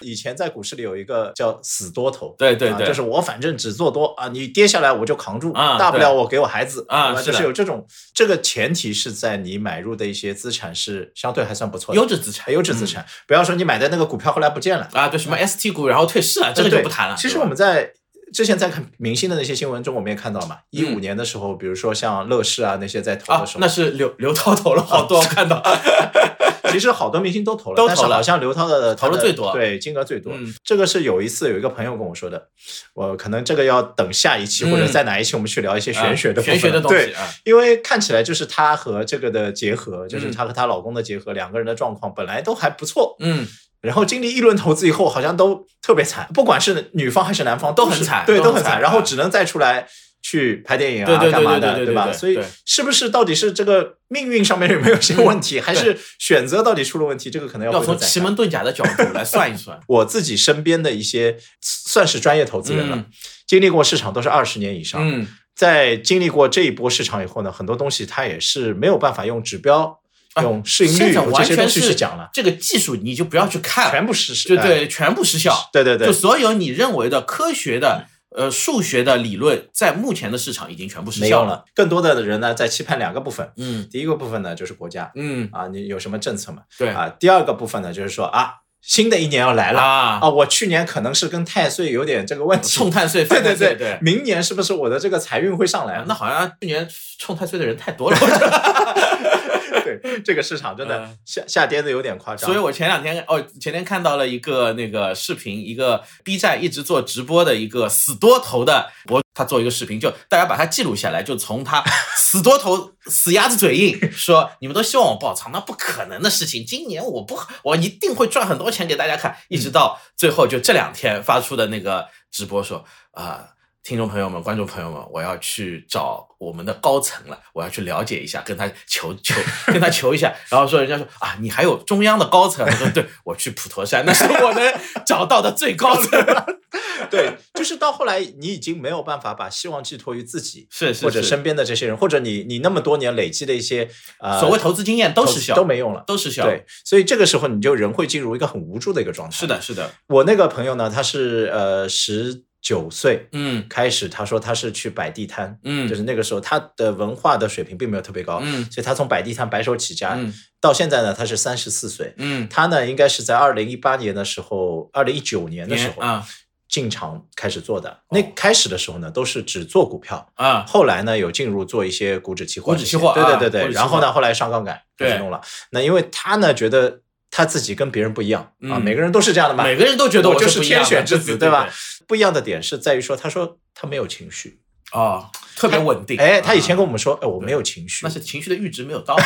A: 以前在股市里有一个叫死多头，
B: 对对
A: 啊，
B: 对，
A: 就是我反正只做多啊，你跌下来我就扛住，
B: 啊
A: 大不
B: 对
A: 了我给我孩子
B: 啊
A: 对吧
B: 是
A: 就
B: 的
A: 是有这种这个前提是在你买入的一些资产是相对还算不错的
B: 优质资产
A: 还优质资产，不要说你买的那个股票后来不见了，
B: 啊，对什么 ST 股，然后退市啊，这个就
A: 呃对
B: 不谈了。
A: 其实
B: 对吧
A: 我们在之前在看明星的那些新闻中，我们也看到嘛，一五年的时候，比如说像乐视啊那些在投
B: 嗯啊
A: 的时，候，
B: 那是刘刘涛投了好多，我看到。
A: 其实好多明星都投了，
B: 都投
A: 但是
B: 了
A: 好像刘涛的
B: 投了
A: 他的
B: 最多
A: 对，金额最多。
B: 嗯
A: 这个是有一次有一个朋友跟我说的，我可能这个要等下一期、
B: 嗯
A: 或者在哪一期我们去聊一些 玄学的、
B: 啊玄学的东西
A: 对，
B: 啊，
A: 因为看起来就是她和这个的结合，就是她和她老公的结合，两个人的状况本来都还不错，
B: 嗯，
A: 然后经历一轮投资以后，好像都特别 惨，不管是女方还是男方
B: 都
A: 是
B: 很惨
A: 对，
B: 都
A: 都
B: 很
A: 很
B: 惨
A: 惨，然后只能再出来去拍电影啊，
B: 对对对
A: 干嘛
B: 对对
A: 的，
B: 对
A: 吧？
B: 对
A: 所以
B: 对
A: 是不是到底是这个命运上面有没有些问题，还是选择到底出了问题？这个可能
B: 要
A: 回头
B: 从
A: 再
B: 奇
A: 看。
B: 门遁甲的角度来算一算
A: 啊我自己身边的一些算是专业投资人了，
B: 嗯
A: 经历过市场都是二十年以上，
B: 嗯，
A: 在经历过这一波市场以后呢，很多东西它也是没有办法用指标、
B: 啊
A: 用市盈
B: 现
A: 率
B: 在
A: 有这
B: 完
A: 些
B: 全
A: 东西
B: 是
A: 去讲了，
B: 这个技术你就不要去看了，
A: 全部是是
B: 就
A: 哎
B: 对，全部失效。
A: 对对对
B: 就，所有你认为的科学的呃数学的理论，在目前的市场已经全部失
A: 没
B: 效
A: 用。了。更多的人呢，在期盼两个部分，
B: 嗯
A: 第一个部分呢就是国家
B: 嗯，
A: 啊，你有什么政策嘛？
B: 对
A: 啊，第二个部分呢就是说啊，新的一年要来了
B: 啊，
A: 啊，我去年可能是跟太岁有点这个问题，
B: 冲太岁，
A: 对
B: 犯太
A: 对
B: 岁
A: 对
B: 对。
A: 明年是不是我的这个财运会上来
B: 啊
A: 啊？
B: 那好像去年冲太岁的人太多了，我觉得
A: 对这个市场真的
B: 嗯
A: 下下跌的有点夸张，
B: 所以我前两天哦，前天看到了一个那个视频，一个 B 站一直做直播的一个死多头的博主，他做一个视频，就大家把他记录下来，就从 他死多头死鸭子嘴硬说，你们都希望我爆仓，那不可能的事情，今年我不我一定会赚很多钱给大家看，一直到最后就这两天发出的那个直播说啊。听众朋友们、观众朋友们，我要去找我们的高层了，我要去了解一下，跟他求求，跟他求一下。然后说，人家说啊，你还有中央的高层？我说，对，我去普陀山，那是我能找到的最高层了。
A: 对，就是到后来你已经没有办法把希望寄托于自己。
B: 是是
A: 或者
B: 是
A: 身边的这些人，或者你你那么多年累积的一些呃
B: 所谓投资经验都
A: 投
B: 是
A: 资
B: 效，
A: 都没用了，
B: 都是效。
A: 对，所以这个时候你就人会进入一个很无助的一个状态。
B: 是，的，是的，
A: 我那个朋友呢，他是呃十九岁
B: 嗯
A: 开始，他说他是去摆地摊，
B: 嗯，
A: 就是那个时候他的文化的水平并没有特别高，
B: 嗯
A: 所以他从摆地摊白手起家，
B: 嗯
A: 到现在呢，他是三十四岁。
B: 嗯，
A: 他呢，应该是在二零一八年的时候，二零一九年的时候
B: 啊哦
A: 进场开始做的。那开始的时候呢，都是只做股票，
B: 啊，
A: 后来呢，有进入做一些股指期货
B: 股
A: 这
B: 指
A: 些，
B: 期货
A: 对
B: 啊
A: 对对
B: 股
A: 对。
B: 指期
A: 然后
B: 货
A: 呢，后来上杠杆，开
B: 对
A: 始弄了。那因为他呢，觉得他自己跟别人不一样啊，
B: 嗯
A: 每个人都是这样的嘛，
B: 每个人都觉得
A: 我就
B: 就是不一
A: 天
B: 样的
A: 选之子，
B: 对
A: 吧
B: 对？
A: 不一样的点是在于说，他说他没有情绪，
B: 对哦，特别稳定。
A: 哎，他以前
B: 啊
A: 跟我们说，哎，我没有情绪
B: 那，是情绪的阈值没有到。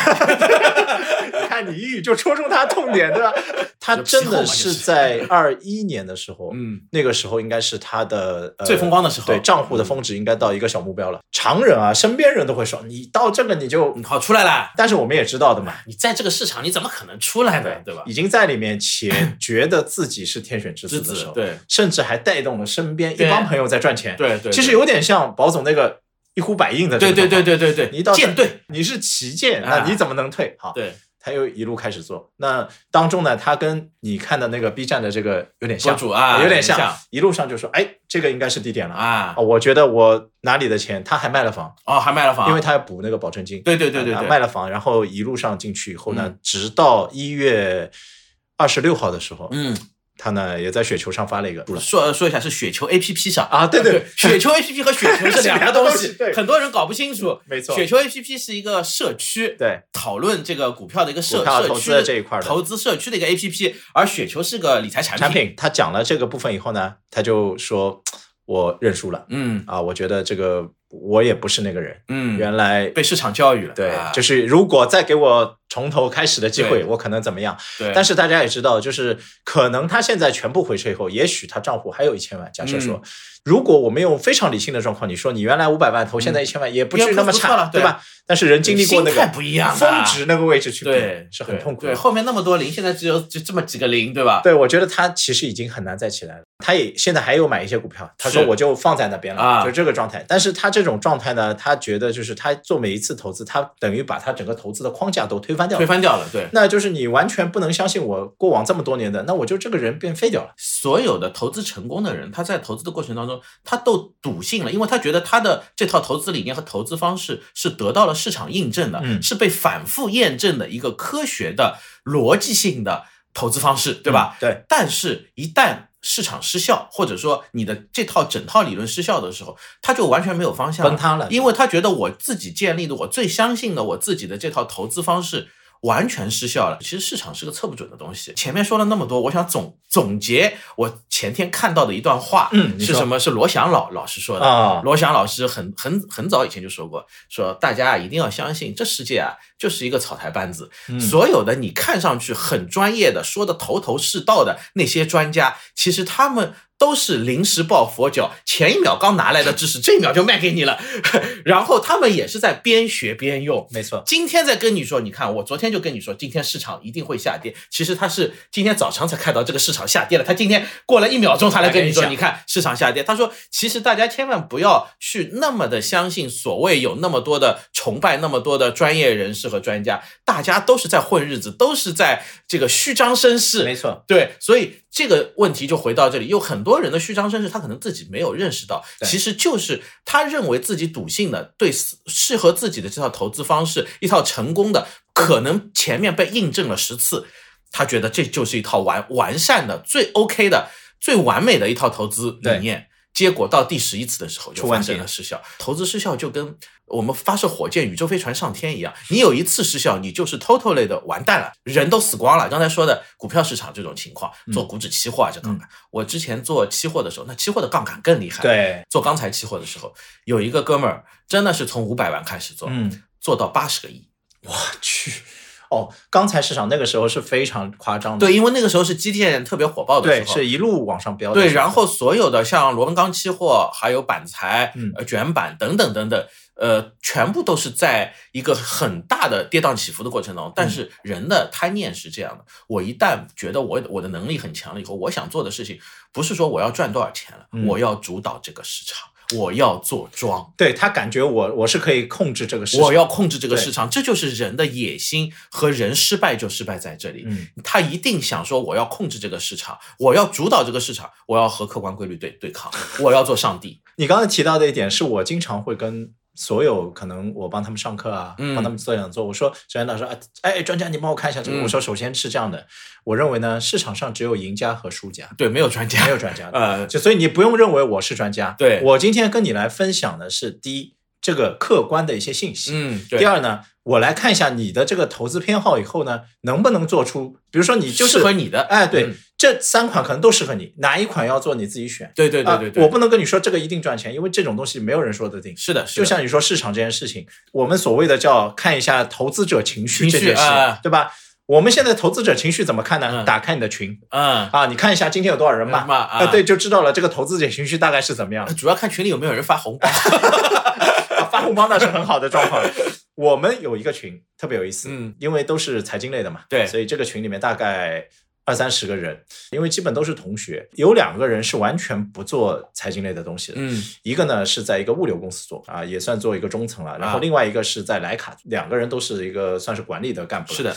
A: 你看你一语就戳中他痛点， 对吧？他
B: 就
A: 真
B: 皮厚嘛
A: 的
B: 就是
A: 是在二一年的时候，
B: 嗯，
A: 那个时候应该是他的、呃、
B: 最风光的时候嗯
A: 对账户的峰值应该到一个小目标了。常人啊，身边人都会说，你到这个你就，
B: 好，出来啦。
A: 但是我们也知道的嘛，
B: 你在这个市场，你怎么可能出来呢？ 对吧？
A: 已经在里面且觉得自己是天选之
B: 之
A: 子的
B: 子
A: 时候，，
B: 对
A: 甚至还带动了身边一
B: 对
A: 帮朋友在赚钱。
B: 对对，
A: 其实有点像保总那个一呼百应的这
B: 对
A: 个状
B: 对
A: 况。
B: 对对对对，
A: 你到
B: 舰队，，
A: 你是旗舰，
B: 啊
A: 那你怎么能退？好，
B: 对
A: 他又一路开始做。那当中呢，他跟你看的那个 B 站的这个有点
B: 博
A: 像，
B: 主啊，
A: 有点像，
B: 像
A: 一路上就说，哎，这个应该是地点了。
B: 啊
A: 哦，我觉得我哪里的钱，他还卖了房，
B: 哦，还卖了房，
A: 因为他要补那个保证金。
B: 对对对对
A: 啊
B: 对，嗯
A: 卖了房，然后一路上进去以后呢，直到一月二十六号的时候，
B: 嗯
A: 他呢也在雪球上发了一个，
B: 说说一下是雪球 APP 上
A: 啊对对
B: 对，雪球 APP 和雪球 是两个
A: 是两个
B: 东
A: 东西
B: 西
A: 对，
B: 很多人搞不清楚。
A: 没错
B: 雪球 APP 是一个社区，
A: 对，
B: 讨论这个股票的一个社
A: 股票
B: 社
A: 投
B: 区
A: 资的这一块的
B: 投资社区的一个 APP，而雪球是个理财产
A: 产品。他讲了这个部分以后呢，他就说我认输了
B: 嗯
A: 啊，我觉得这个我也不是那个人，
B: 嗯，
A: 原来
B: 被市场教育了，
A: 对
B: 啊，
A: 就是如果再给我从头开始的机
B: 对
A: 会，我可能怎么样？
B: 对，
A: 但
B: 是
A: 是大家也知道，就是可能她现在全部回撤以后，也许她账户还有一千万。假设
B: 嗯
A: 说，如果我们用非常理性的状况，你说你原来五百万投，现在一千万，也不至于那么
B: 嗯也不错
A: 差
B: 了，对
A: 对吧？但是人经历过那
B: 心态
A: 个
B: 不一样的啊
A: 峰值那个位置去比
B: 对，
A: 是很
B: 对
A: 痛苦
B: 对，
A: 的。
B: 后面那么多零，现在只有就这么几个零，对吧？
A: 对，我觉得她其实已经很难再起来了。她也现在还有买一些股票，她说
B: 是
A: 我就放在那边
B: 啊
A: 了，就这个状态。但是她这种状态呢，她觉得就是她做每一次投资，她等于把她整个投资的框架都推翻掉了
B: 推。翻掉了，对。
A: 那就是你完全不能相信我过往这么多年的，那我就这个人变废掉了。
B: 所有的投资成功的人，他在投资的过程当中，他都笃信了，因为他觉得他的这套投资理念和投资方式是得到了市场印证的，
A: 嗯
B: 是被反复验证的一个科学的逻辑性的投资方式，对
A: 嗯
B: 吧？
A: 对
B: 但是，一旦市场失效，或者说你的这套整套理论失效的时候，他就完全没有方向了
A: 崩塌了
B: 因为他觉得我自己建立的、我最相信的我自己的这套投资方式完全失效了。其实市场是个测不准的东西。前面说了那么多，我想总总结我前天看到的一段话，
A: 嗯你
B: 是
A: 说
B: 什么？是罗翔老老师说的。
A: 啊，
B: 罗翔老师很很很早以前就说过，说大家啊一定要相信，这世界啊就是一个草台班子，所有的你看上去很专业的、说的头头是道的那些专家，其实他们都是临时抱佛脚，前一秒刚拿来的知识，这一秒就卖给你了， 然后他们也是在边学边用。
A: 没错，
B: 今天再跟你说，你看我昨天就跟你说，今天市场一定会下跌。其实他是今天早上才看到这个市场下跌了，他今天过了一秒钟，他来跟你说，
A: 来跟
B: 你
A: 你
B: 看市场下跌。他说，其实大家千万不要去那么的相信所谓有那么多的崇拜，那么多的专业人士和专家，大家都是在混日子，都是在这个虚张声势，
A: 没错，
B: 对，所以这个问题就回到这里，有很多人的虚张声势，他可能自己没有认识到，
A: 对
B: 其实就是他认为自己笃信的，对适适合自己的这套投资方式，一套成功的，可能前面被印证了十次，他觉得这就是一套完完善的、最 OK 的、最完美的一套投资理念。结果到第十一次的时候就
A: 出
B: 发
A: 问题
B: 生了失效，投资失效就跟我们发射火箭、宇宙飞船上天一样，你有一次失效，你就是 totally 的完蛋了，人都死光了。刚才说的股票市场这种情况，
A: 嗯
B: 做股指期货啊，这杠杆，我之前做期货的时候，那期货的杠杆更厉害。，
A: 对，
B: 做钢材期货的时候，有一个哥们儿真的是从五百万开始做，
A: 嗯，
B: 做到八十个亿。
A: 我去，哦，钢材市场那个时候是非常夸张的，
B: 对，因为那个时候是基建特别火爆的时
A: 对，
B: 候，
A: 是一路往上飙的时候，
B: 对，然后所有的像螺纹钢期货，还有板材、
A: 嗯
B: 呃卷板等等等等，呃，全部都是在一个很大的跌宕起伏的过程当中。但
A: 嗯
B: 是人的贪念是这样的，我一旦觉得我我的能力很强了以后，我想做的事情不是说我要赚多少钱了，
A: 嗯
B: 我要主导这个市场，我要做庄。
A: 对他感觉我我是可以控制这个市场，
B: 我要控制这个
A: 对
B: 市场，这就是人的野心和人失败就失败在这里。
A: 嗯
B: 他一定想说我要控制这个市场，我要主导这个市场，我要和客观规律对对抗， 我要做上帝。
A: 你刚才提到的一点是我经常会跟。所有可能我帮他们上课啊，
B: 嗯
A: 帮他们做讲座。我说，沈岩老师啊，哎，专家，你帮我看一下这个。
B: 嗯
A: 我说，首先是这样的，我认为呢，市场上只有赢家和输 家，
B: 对，没有专家，
A: 没有专家的。
B: 呃，
A: 就所以你不用认为我是专家，
B: 对
A: 我今天跟你来分享的是第一这个客观的一些信息，
B: 嗯，
A: 第
B: 对，
A: 二呢，我来看一下你的这个投资偏好以后呢，能不能做出，比如说你就是
B: 适合你的，
A: 哎，对，
B: 嗯
A: 这三款可能都适合你，哪一款要做你自己选。
B: 对对对对
A: 啊，
B: 对，
A: 我不能跟你说这个一定赚钱，因为这种东西没有人说得定。
B: 是的，是
A: 就
B: 的
A: 像你说市场这件事情，我们所谓的叫看一下投资者情绪这
B: 情绪
A: 件事，
B: 哎
A: 对吧？我们现在投资者情绪怎么看呢？
B: 嗯
A: 打开你的群
B: 嗯，
A: 啊，你看一下今天有多少人骂
B: 骂啊
A: 啊，对，就知道了这个投资者情绪大概是怎 么样。
B: 主要看群里有没有人发红包，
A: 哎啊发红包那是很好的状况。我们有一个群特别有意思，
B: 嗯，
A: 因为都是财经类的嘛，
B: 对
A: 所以这个群里面大概二三十个人，因为基本都是同学，有两个人是完全不做财经类的东西的，
B: 嗯，
A: 一个呢是在一个物流公司做啊，也算做一个中层了，然
B: 啊
A: 后另外一个是在莱卡，两个人都是一个算是管理的干部。
B: 是，的，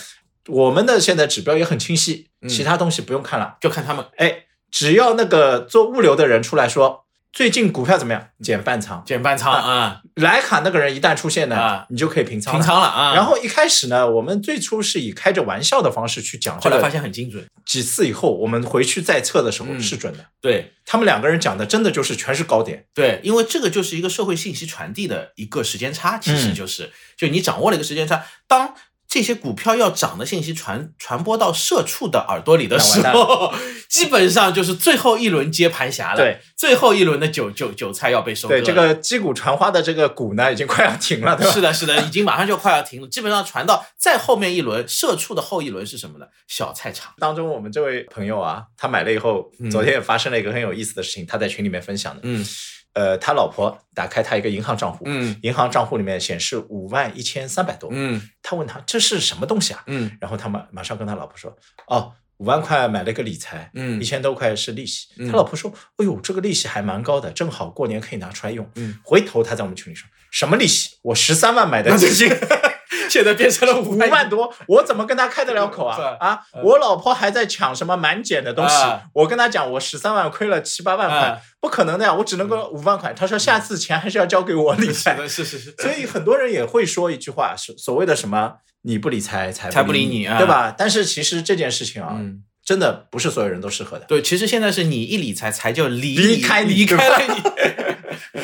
A: 我们的现在指标也很清晰，
B: 嗯
A: 其他东西不用看了，
B: 就看他们，
A: 哎，只要那个做物流的人出来说。最近股票怎么样？减半仓。
B: 减半 仓啊，
A: 莱卡那个人一旦出现呢，
B: 啊
A: 你就可以平仓了。
B: 平仓了啊。
A: 然后一开始呢，我们最初是以开着玩笑的方式去讲
B: 后
A: 这
B: 来发
A: 个，
B: 现很精准，
A: 几次以后我们回去再测的时候
B: 嗯
A: 是准的。
B: 对
A: 他们两个人讲的真的就是全是高点，
B: 对，因为这个就是一个社会信息传递的一个时间差，其实
A: 嗯
B: 就是、就你掌握了一个时间差，当这些股票要涨的信息传传播到社畜的耳朵里的
A: 那
B: 时
A: 完蛋
B: 候，基本上就是最后一轮接盘侠了，
A: 对，
B: 最后一轮的韭韭韭菜要被收割
A: 对
B: 了。
A: 这个击鼓传花的这个鼓呢，已经快要停了，对吧？
B: 是的，是的，已经马上就快要停了，基本上传到再后面一轮，社畜的后一轮是什么呢？小菜场。
A: 当中，我们这位朋友啊，他买了以后
B: 嗯，
A: 昨天也发生了一个很有意思的事情，他在群里面分享的。
B: 嗯
A: 呃，他老婆打开他一个银行账户，
B: 嗯
A: 银行账户里面显示五万一千三百多，
B: 嗯
A: 他问他这是什么东西啊？
B: 嗯
A: 然后他马马上跟他老婆说，哦，五万块买了一个理财，
B: 嗯
A: 一千多块是利息。
B: 嗯
A: 他老婆说，哎呦，这个利息还蛮高的，正好过年可以拿出来用。
B: 嗯，
A: 回头他在我们群里说，什么利息？我十三万买的基 金。
B: 现在变成了
A: 五万多，我怎么跟他开得了口啊？
B: 对
A: 啊，
B: 嗯
A: 我老婆还在抢什么满减的东西
B: 啊，
A: 我跟他讲我十三万亏了七八万
B: 啊嗯
A: 块，不可能的呀，我只能够五万块。他说下次钱还是要交给我理财。
B: 是是是，
A: 所以很多人也会说一句话，所所谓的什么你不理财，财
B: 财不
A: 理
B: 理你啊
A: 对吧？但是其实这件事情啊，
B: 嗯。
A: 真的不是所有人都适合的。
B: 对，其实现在是你一理财，财就离
A: 离
B: 你
A: 开你
B: 离
A: 对
B: 开
A: 吧
B: 了你。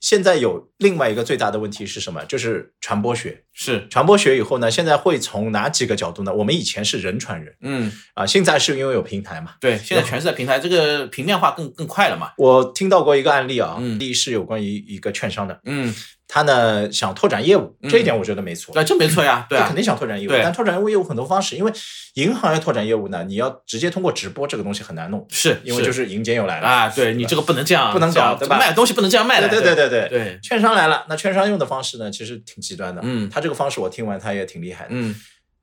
A: 现在有另外一个最大的问题是什么？就是传播学。
B: 是，
A: 传播学以后呢，现在会从哪几个角度呢？我们以前是人传人
B: 嗯，
A: 啊，现在是因为有平台嘛。
B: 对，现在全是在平台，这个平面化更更快了嘛。
A: 我听到过一个案例啊，
B: 嗯
A: 案例是有关于一个券商的，
B: 嗯，
A: 他呢想拓展业务，
B: 嗯
A: 这一点我觉得没错。
B: 对，这没错呀，对
A: 他
B: 啊
A: 肯，定想拓展业务
B: 对，
A: 但拓展业务有很多方式，因为银行要拓展业务呢，你要直接通过直播这个东西很难弄，
B: 是，
A: 因为就是银监又来了
B: 啊，对你这个不能这样，
A: 不能
B: 这样
A: 搞对吧
B: 卖东西不能这样卖的，
A: 对对
B: 对
A: 对对对
B: 对，
A: 券商来了，那券商用的方式呢，其实挺极端的。
B: 嗯
A: 他这个方式我听完他也挺厉害的。
B: 嗯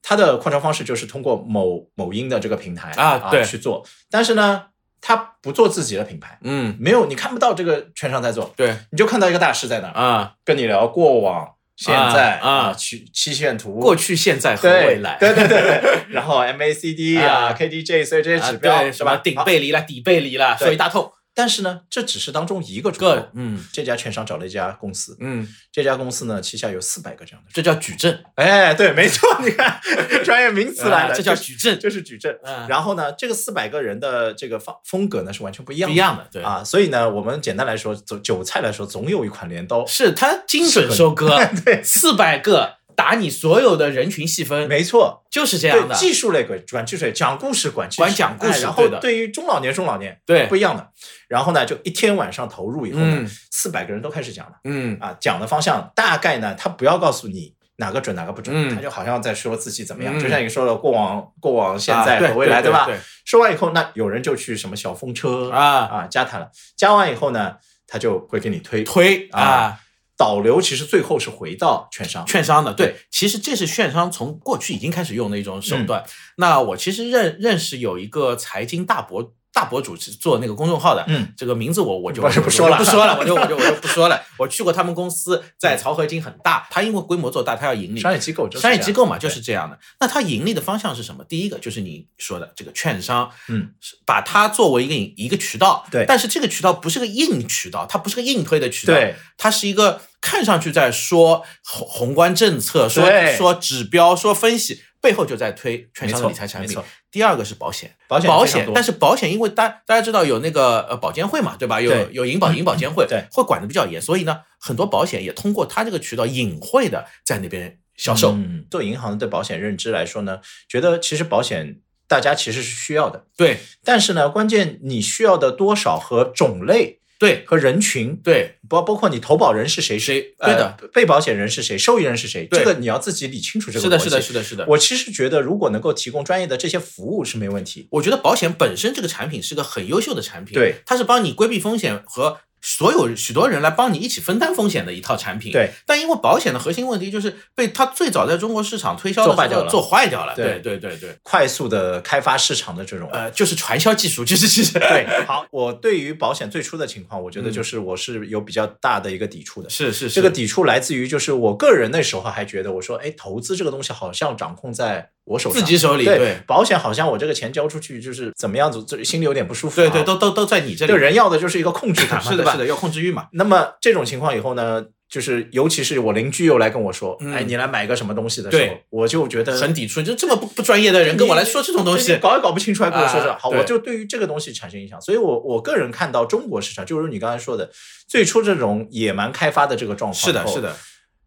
A: 他的扩张方式就是通过某某音的这个平台
B: 啊对
A: 去做，但是呢，他不做自己的品牌，
B: 嗯，
A: 没有你看不到这个券商在做，
B: 对
A: 你就看到一个大师在那儿
B: 啊，
A: 跟你聊过往、现在
B: 啊啊
A: 期期限图、
B: 过去、现在和
A: 对
B: 未来，
A: 对对对对， 然后 MACD
B: 啊
A: 啊、KDJ，所以这些
B: 啊
A: 指标
B: 对
A: 是
B: 什
A: 吧？
B: 么顶
A: 好
B: 背离了、底背离了，
A: 对哦
B: 说一大通，
A: 但是呢，这只是当中一个主
B: 个
A: 播。
B: 嗯
A: 这家券商找了一家公司，
B: 嗯，
A: 这家公司呢旗下有四百个这样的。
B: 这叫矩阵，
A: 哎，对，没错，你看专业名词来
B: 啊
A: 了，
B: 这叫
A: 就
B: 矩阵，
A: 就是矩阵。
B: 嗯，
A: 然后呢，这个四百个人的这个方风格呢是完全不一样
B: 不
A: 的
B: 一样的，对。
A: 啊，所以呢，我们简单来说，韭韭菜来说，总有一款镰刀。
B: 是它精准收割，
A: 对，
B: 四百个打你所有的人群细分，
A: 没错，
B: 就是这样
A: 对
B: 的。
A: 技术类管管技术类，讲故事管技术，
B: 管讲故事
A: 哎然
B: 对
A: 后
B: 的
A: 对于中老年中老年
B: 对
A: 不，一样的。然后呢，就一天晚上投入以后呢
B: 嗯，
A: 四百、个人都开始讲了
B: 嗯
A: 啊，讲的方向大概呢，他不要告诉你。哪个准哪个不准，
B: 嗯
A: 他就好像在说自己怎么样，
B: 嗯
A: 就像你说的过往、过往、现
B: 啊
A: 在
B: 对
A: 和未来，
B: 对
A: 吧
B: 对对？
A: 说完以后，那有人就去什么小风车
B: 啊，
A: 啊加他了，加完以后呢，他就会给你推
B: 推
A: 啊
B: 啊，
A: 导流，其实最后是回到券商，
B: 券商的对
A: 对，
B: 其实这是券商从过去已经开始用的一种手段。
A: 嗯
B: 那我其实认认识有一个财经大博大博主是做那个公众号的，
A: 嗯，
B: 这个名字我我就
A: 我就不说了
B: 我就不说了，我就我就我就 不说了。我去过他们公司，在曹河金很大，他因为规模做大，他要盈利，
A: 商业机构就是这
B: 商
A: 样，
B: 业机构嘛，就是这样的。那它盈利的方向是什么？第一个就是你说的这个券商，
A: 嗯，
B: 把它作为一个一个渠道，
A: 对
B: 但是这个渠道不是个硬渠道，它不是个硬推的渠道，
A: 对，
B: 它是一个看上去在说宏宏观政策，说
A: 对
B: 说指标，说分析，背后就在推券商的
A: 没错
B: 理财产
A: 没
B: 品
A: 错。
B: 第二个是保险，
A: 保险
B: 保
A: 非常
B: 险，
A: 多
B: 但是保险因为大大家知道有那个呃保监会嘛，对吧？有
A: 对嗯
B: 有银保银保监会，
A: 对
B: 会管的比较严，所以呢，很多保险也通过它这个渠道隐晦的在那边销售。
A: 嗯，做银行的对保险认知来说呢，觉得其实保险大家其实是需要的，
B: 对
A: 但是呢，关键你需要的多少和种类
B: 对
A: 和人群，
B: 对
A: 包包括你投保人是谁，
B: 谁
A: 呃
B: 对的
A: 被保险人是谁，受益人是谁，
B: 对
A: 这个你要自己理清楚这个
B: 是的，
A: 逻辑
B: 是的，是的，是的。
A: 我其实觉得，如果能够提供专业的这些服务是没问题。
B: 我觉得保险本身这个产品是个很优秀的产品，
A: 对，
B: 它是帮你规避风险和所有许多人来帮你一起分担风险的一套产品。，
A: 对，
B: 但因为保险的核心问题就是被它最早在中国市场推销的
A: 做坏
B: 时候
A: 掉了
B: 做坏掉了。对
A: 对
B: 对对对，
A: 快速的开发市场的这种，
B: 呃，就是传销技术，就是其实
A: 对，好，我对于保险最初的情况，我觉得
B: 嗯
A: 就是我是有比较大的一个抵触的。
B: 是是是
A: 这个抵触来自于，就是我个人那时候还觉得，我说，哎，投资这个东西好像掌控在我手上
B: 自己手里
A: 对
B: 对
A: 保险好像我这个钱交出去就是怎么样子，就心里有点不舒服、啊。
B: 对对，都都都在你这里
A: 对。人要的就是一个控制感嘛，
B: 是
A: 对
B: 的，
A: 吧？
B: 是的，要控制欲嘛。
A: 那么这种情况以后呢，就是尤其是我邻居又来跟我说，
B: 嗯
A: 哎，你来买个什么东西的时候
B: 对，
A: 我就觉得
B: 很抵触，就这么不不专业的人跟我来说这种东
A: 对
B: 西
A: 你，搞也搞不清楚，还跟我说这，
B: 啊
A: 好，
B: 对
A: 我就对于这个东西产生影响。所以我我个人看到中国市场，就是你刚才说的，最初这种野蛮开发的这个状况，
B: 是的，是。的，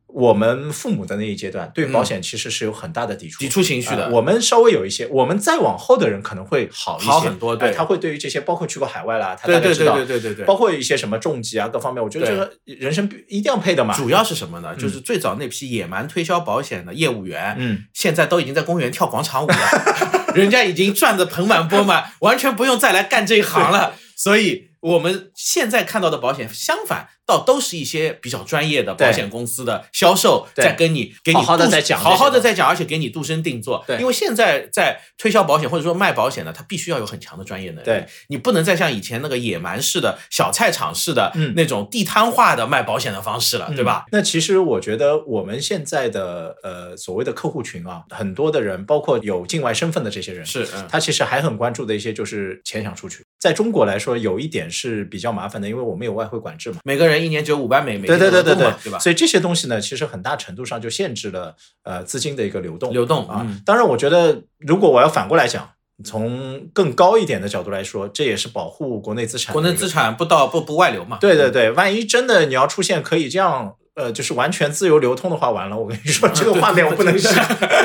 A: 我们父母的那一阶段对
B: 嗯
A: 保险其实是有很大的抵触，
B: 抵触情绪的
A: 呃我们稍微有一些，我们再往后的人可能会好一些，
B: 好很多对
A: 哎他会对于这些，包括去过海外啦，他
B: 对
A: 大概
B: 对
A: 知
B: 对
A: 道，
B: 对对对对。
A: 包括一些什么重疾啊各方面，我觉得
B: 对
A: 这个人生必一定要配的嘛。
B: 主要是什么呢？就是最早那批野蛮推销保险的业务员，
A: 嗯，
B: 现在都已经在公园跳广场舞了， 人家已经赚得盆满钵满，完全不用再来干这一行了。所以我们现在看到的保险，相反倒都是一些比较专业的
A: 对
B: 保险公司的销售
A: 对
B: 在跟你给你
A: 好好地
B: 度
A: 在讲这些
B: 好好的
A: 东西
B: 在讲，而且给你度身定做。
A: 对
B: 因为现在在推销保险或者说卖保险呢，它必须要有很强的专业能力。
A: 对，
B: 你不能再像以前那个野蛮式的小菜场式的、
A: 嗯
B: 那种地摊化的卖保险的方式了，对吧？
A: 嗯那其实我觉得我们现在的呃所谓的客户群啊，很多的人，包括有境外身份的这些人，
B: 是，嗯，
A: 他其实还很关注的一些就是钱想出去。在中国来说，有一点是比较麻烦的，因为我们有外汇管制嘛。
B: 每个人一年只有五百美，每
A: 对对对
B: 天
A: 对
B: 都能动
A: 对
B: 嘛，对吧？
A: 所以这些东西呢，其实很大程度上就限制了呃资金的一个流动。
B: 流动
A: 啊，
B: 嗯
A: 当然，我觉得如果我要反过来讲，从更高一点的角度来说，这也是保护国内资产的
B: 国
A: 一个。
B: 内资产不到不不外流嘛？嗯
A: 对对对，万一真的你要出现可以这样，呃，就是完全自由流通的话，完了，我跟你
B: 啊
A: 说这个画面我不能想。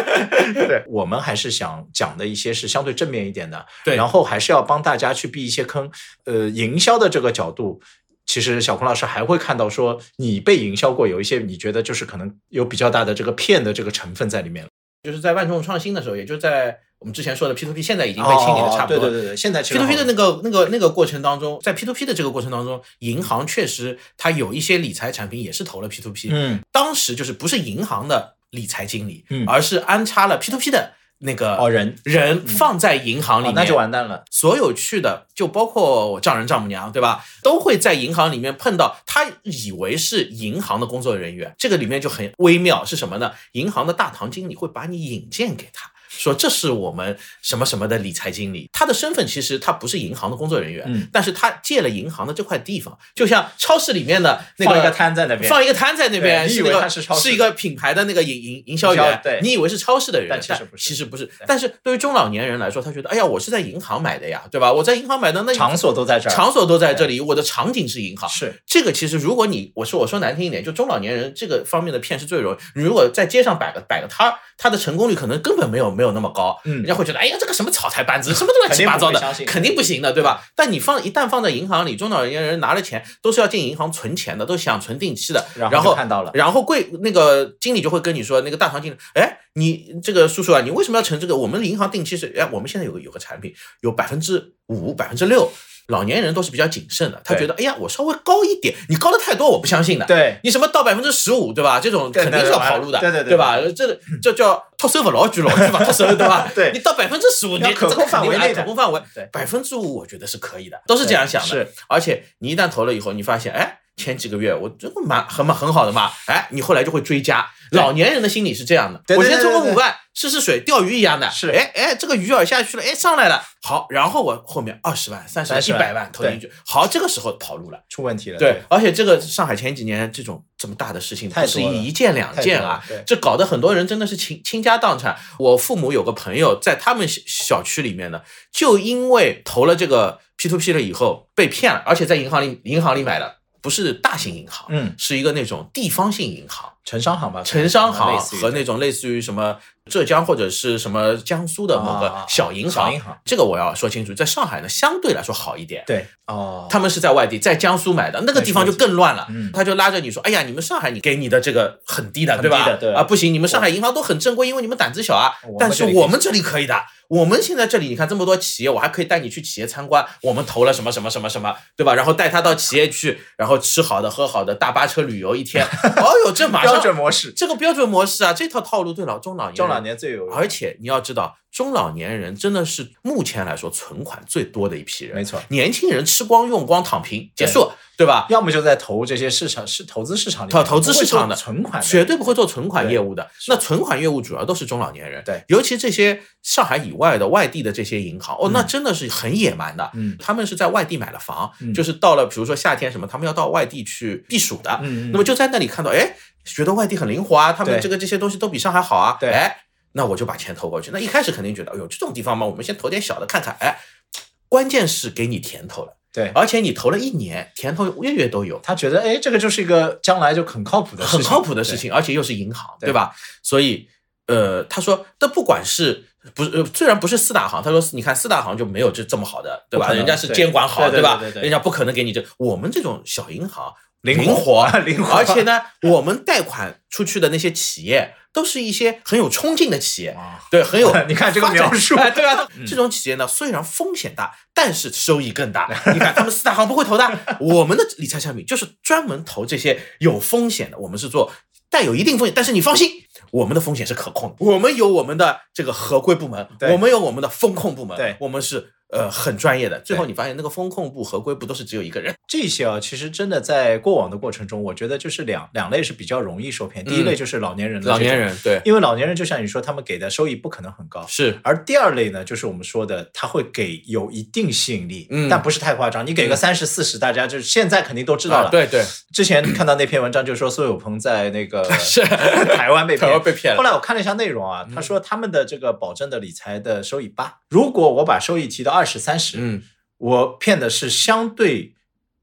A: 对，我们还是想讲的一些是相对正面一点的，
B: 对
A: 然后还是要帮大家去避一些坑。呃，营销的这个角度。其实小孔老师还会看到说，你被营销过，有一些你觉得就是可能有比较大的这个骗的这个成分在里面了。
B: 就是在万众创新的时候，也就在我们之前说的 P to P，现在已经被清理的差不多。
A: 哦对对对对，现在其
B: P
A: 实
B: to P 的
A: 好
B: 那个那个那个过程当中，在 P to P 的这个过程当中，银行确实它有一些理财产品也是投了 P to P，、
A: 嗯，
B: 当时就是不是银行的理财经理，
A: 嗯
B: 而是安插了 P to P 的那个
A: 哦人
B: 人放在银行里
A: 哦
B: 面，
A: 那就完蛋了。
B: 所有去的，就包括我丈人丈母娘，对吧？都会在银行里面碰到他以为是银行的工作人员，这个里面就很微妙，是什么呢？银行的大堂经理会把你引荐给他。说这是我们什么什么的理财经理，他的身份其实他不是银行的工作人员，
A: 嗯
B: 但是他借了银行的这块地方，就像超市里面的那
A: 放一个摊在那边，
B: 放一个摊在那边，
A: 对你
B: 是
A: 以为
B: 那个
A: 他是超市
B: 一个品牌的那个营营营销
A: 营
B: 员
A: 销，对
B: 你以为是超市的人，
A: 但其实不是
B: 其实不是。但是对于中老年人来说，他觉得，哎呀，我是在银行买的呀，对吧？我在银行买的，那
A: 场所都在这儿，
B: 场所都在这里，我的场景是银行。
A: 是
B: 这个其实，如果你我说我说难听一点，就中老年人这个方面的骗是最容易。你如果在街上摆个摆个摊儿，他的成功率可能根本没有没有那么高，
A: 嗯
B: 人家会觉得哎呀这个什么草台班子，什么乱七八糟的，
A: 肯定不会相信
B: 肯定不行的，对吧？但你放一旦放在银行里，中老年人拿了钱都是要进银行存钱的，都是想存定期的，
A: 然
B: 然
A: 后就看到了
B: 然后柜那个经理就会跟你说，那个大堂经理，哎，你这个叔叔啊，你为什么要存这个？我们银行定期是，哎，我们现在有个有个产品，有百分之五、百分之六，老年人都是比较谨慎的，他
A: 对
B: 觉得，哎呀，我稍微高一点，你高的太多，我不相信的。
A: 对，
B: 你什么到百分之十五，对吧？这种
A: 对
B: 肯定是要跑路的，
A: 对对对
B: 对吧？这这叫脱手不老举老举嘛，脱手对吧
A: ？对
B: 你到百分之十五，你
A: 要可控范围内的
B: 可控范围
A: 对，
B: 百分之五我觉得是可以的，都是这样想的。
A: 是，
B: 而且你一旦投了以后，你发现，哎，前几个月我这个蛮很蛮很好的嘛，哎，你后来就会追加。
A: 对
B: 老年人的心理是这样的，
A: 对对
B: 我先
A: 对
B: 充个
A: 对对
B: 五万试试水，钓鱼一样的，
A: 是
B: 哎哎，这个鱼饵下去了，哎上来了，好，然后我后面二十万、三十万、一
A: 30万
B: 百万投进去，好，这个时候跑路了。
A: 出问题了。
B: 对，而且这个上海前几年这种这么大的事情，
A: 太
B: 不是
A: 多了
B: 一件两件啊
A: 太多了对，
B: 这搞得很多人真的是倾倾家荡产。我父母有个朋友在他们小小区里面呢，就因为投了这个 P to P 了以后被骗了，而且在银行里银行里买的不是大型银行，
A: 嗯，
B: 是一个那种地方性银行。
A: 城商行吧，
B: 城商行
A: 啊类似于
B: 和那种类似于什么浙江或者是什么江苏的某个
A: 啊
B: 小银
A: 小
B: 行，
A: 银行
B: 这个我要说清楚，在上海呢相对来说好一点，
A: 对哦，
B: 他们是在外地，在江苏买的，那个地方就更乱了。
A: 嗯
B: 他就拉着你说：“哎呀，你们上海你给你的这个很低的，
A: 很
B: 对吧？
A: 低的对哦
B: 啊，不行，你们上海银行都很正规，因为你们胆子小啊
A: 我们。
B: 但是
A: 这里可以
B: 我们这里可以的，我们现在这里你看这么多企业，我还可以带你去企业参观，我们投了什么什么什么什么，对吧？然后带他到企业去，然后吃好的喝 好的，大巴车旅游一天。哦呦，这马
A: 标
B: 上
A: 准模式，
B: 这个标准模式啊，这套套路对老中老年
A: 中老年最有用，
B: 而且你要知道，中老年人真的是目前来说存款最多的一批人，
A: 没错
B: 年轻人吃光用光躺平结束，对吧？
A: 要么就在投这些市场是投资市场里面，
B: 投投资市场
A: 不会
B: 的
A: 做存款的
B: 绝对不会做存款业务的。
A: 是
B: 那存款业务主要都是中老年人，
A: 对，
B: 尤其这些上海以外的外地的这些银行，哦
A: 嗯，
B: 那真的是很野蛮的。
A: 嗯
B: 他们是在外地买了房，
A: 嗯
B: 就是到了比如说夏天什么，他们要到外地去避暑的，
A: 嗯，嗯
B: 那么就在那里看到，哎，觉得外地很灵活啊，他们
A: 对
B: 这个这些东西都比上海好啊，
A: 对
B: 哎，那我就把钱投过去。那一开始肯定觉得，哎呦，这种地方嘛，我们先投点小的看看，哎，关键是给你甜头了，
A: 对
B: 而且你投了一年，甜头月月都有。
A: 他觉得哎，这个就是一个将来就很靠谱的事情，
B: 很靠谱的事
A: 对。
B: 情，而且又是银行，
A: 对
B: 对吧？所以，呃，他说，但不管是不是，呃虽然不是四大行，他说，你看四大行就没有这这么好的，对
A: 不
B: 吧？
A: 可能
B: 人家是
A: 对
B: 监管好，
A: 对对
B: 吧
A: 对对？对
B: 人家不可能给你这，我们这种小银行
A: 灵
B: 灵
A: 活
B: 活
A: 灵活
B: 而且呢，我们贷款出去的那些企业都是一些很有冲劲的企业。
A: 啊，
B: 对，很有
A: 你看这个
B: 发展
A: 描述
B: 哎对吧
A: 嗯？
B: 这种企业呢，虽然风险大，但是收益 更大。你看，他们四大行不会投的，我们的理财产品就是专门投这些有风险的，我们是做带有一定风险，但是你放心。我们的风险是可控的，我们有我们的这个合规部门，
A: 对
B: 我们有我们的风控部门，
A: 对
B: 我们是呃很专业的。最后你发现那个风控部、合规部都是只有一个人，
A: 这些啊，其实真的在过往的过程中，我觉得就是两两类是比较容易受骗。第一类就是老年人的这种，
B: 嗯人对
A: 因为老年人就像你说，他们给的收益不可能很高。
B: 是
A: 而第二类呢，就是我们说的，他会给有一定吸引力，
B: 嗯
A: 但不是太夸张。你给个三十四十，大家就是现在肯定都知道了。
B: 啊，对对，
A: 之前看到那篇文章，就说苏有朋在那个
B: 是
A: 台湾 被
B: 台
A: 骗
B: 湾。被骗
A: 后
B: 了，
A: 来我看了一下内容啊，他说他们的这个保证的理财的收益八，如果我把收益提到二十三十，
B: 嗯，
A: 我骗的是相对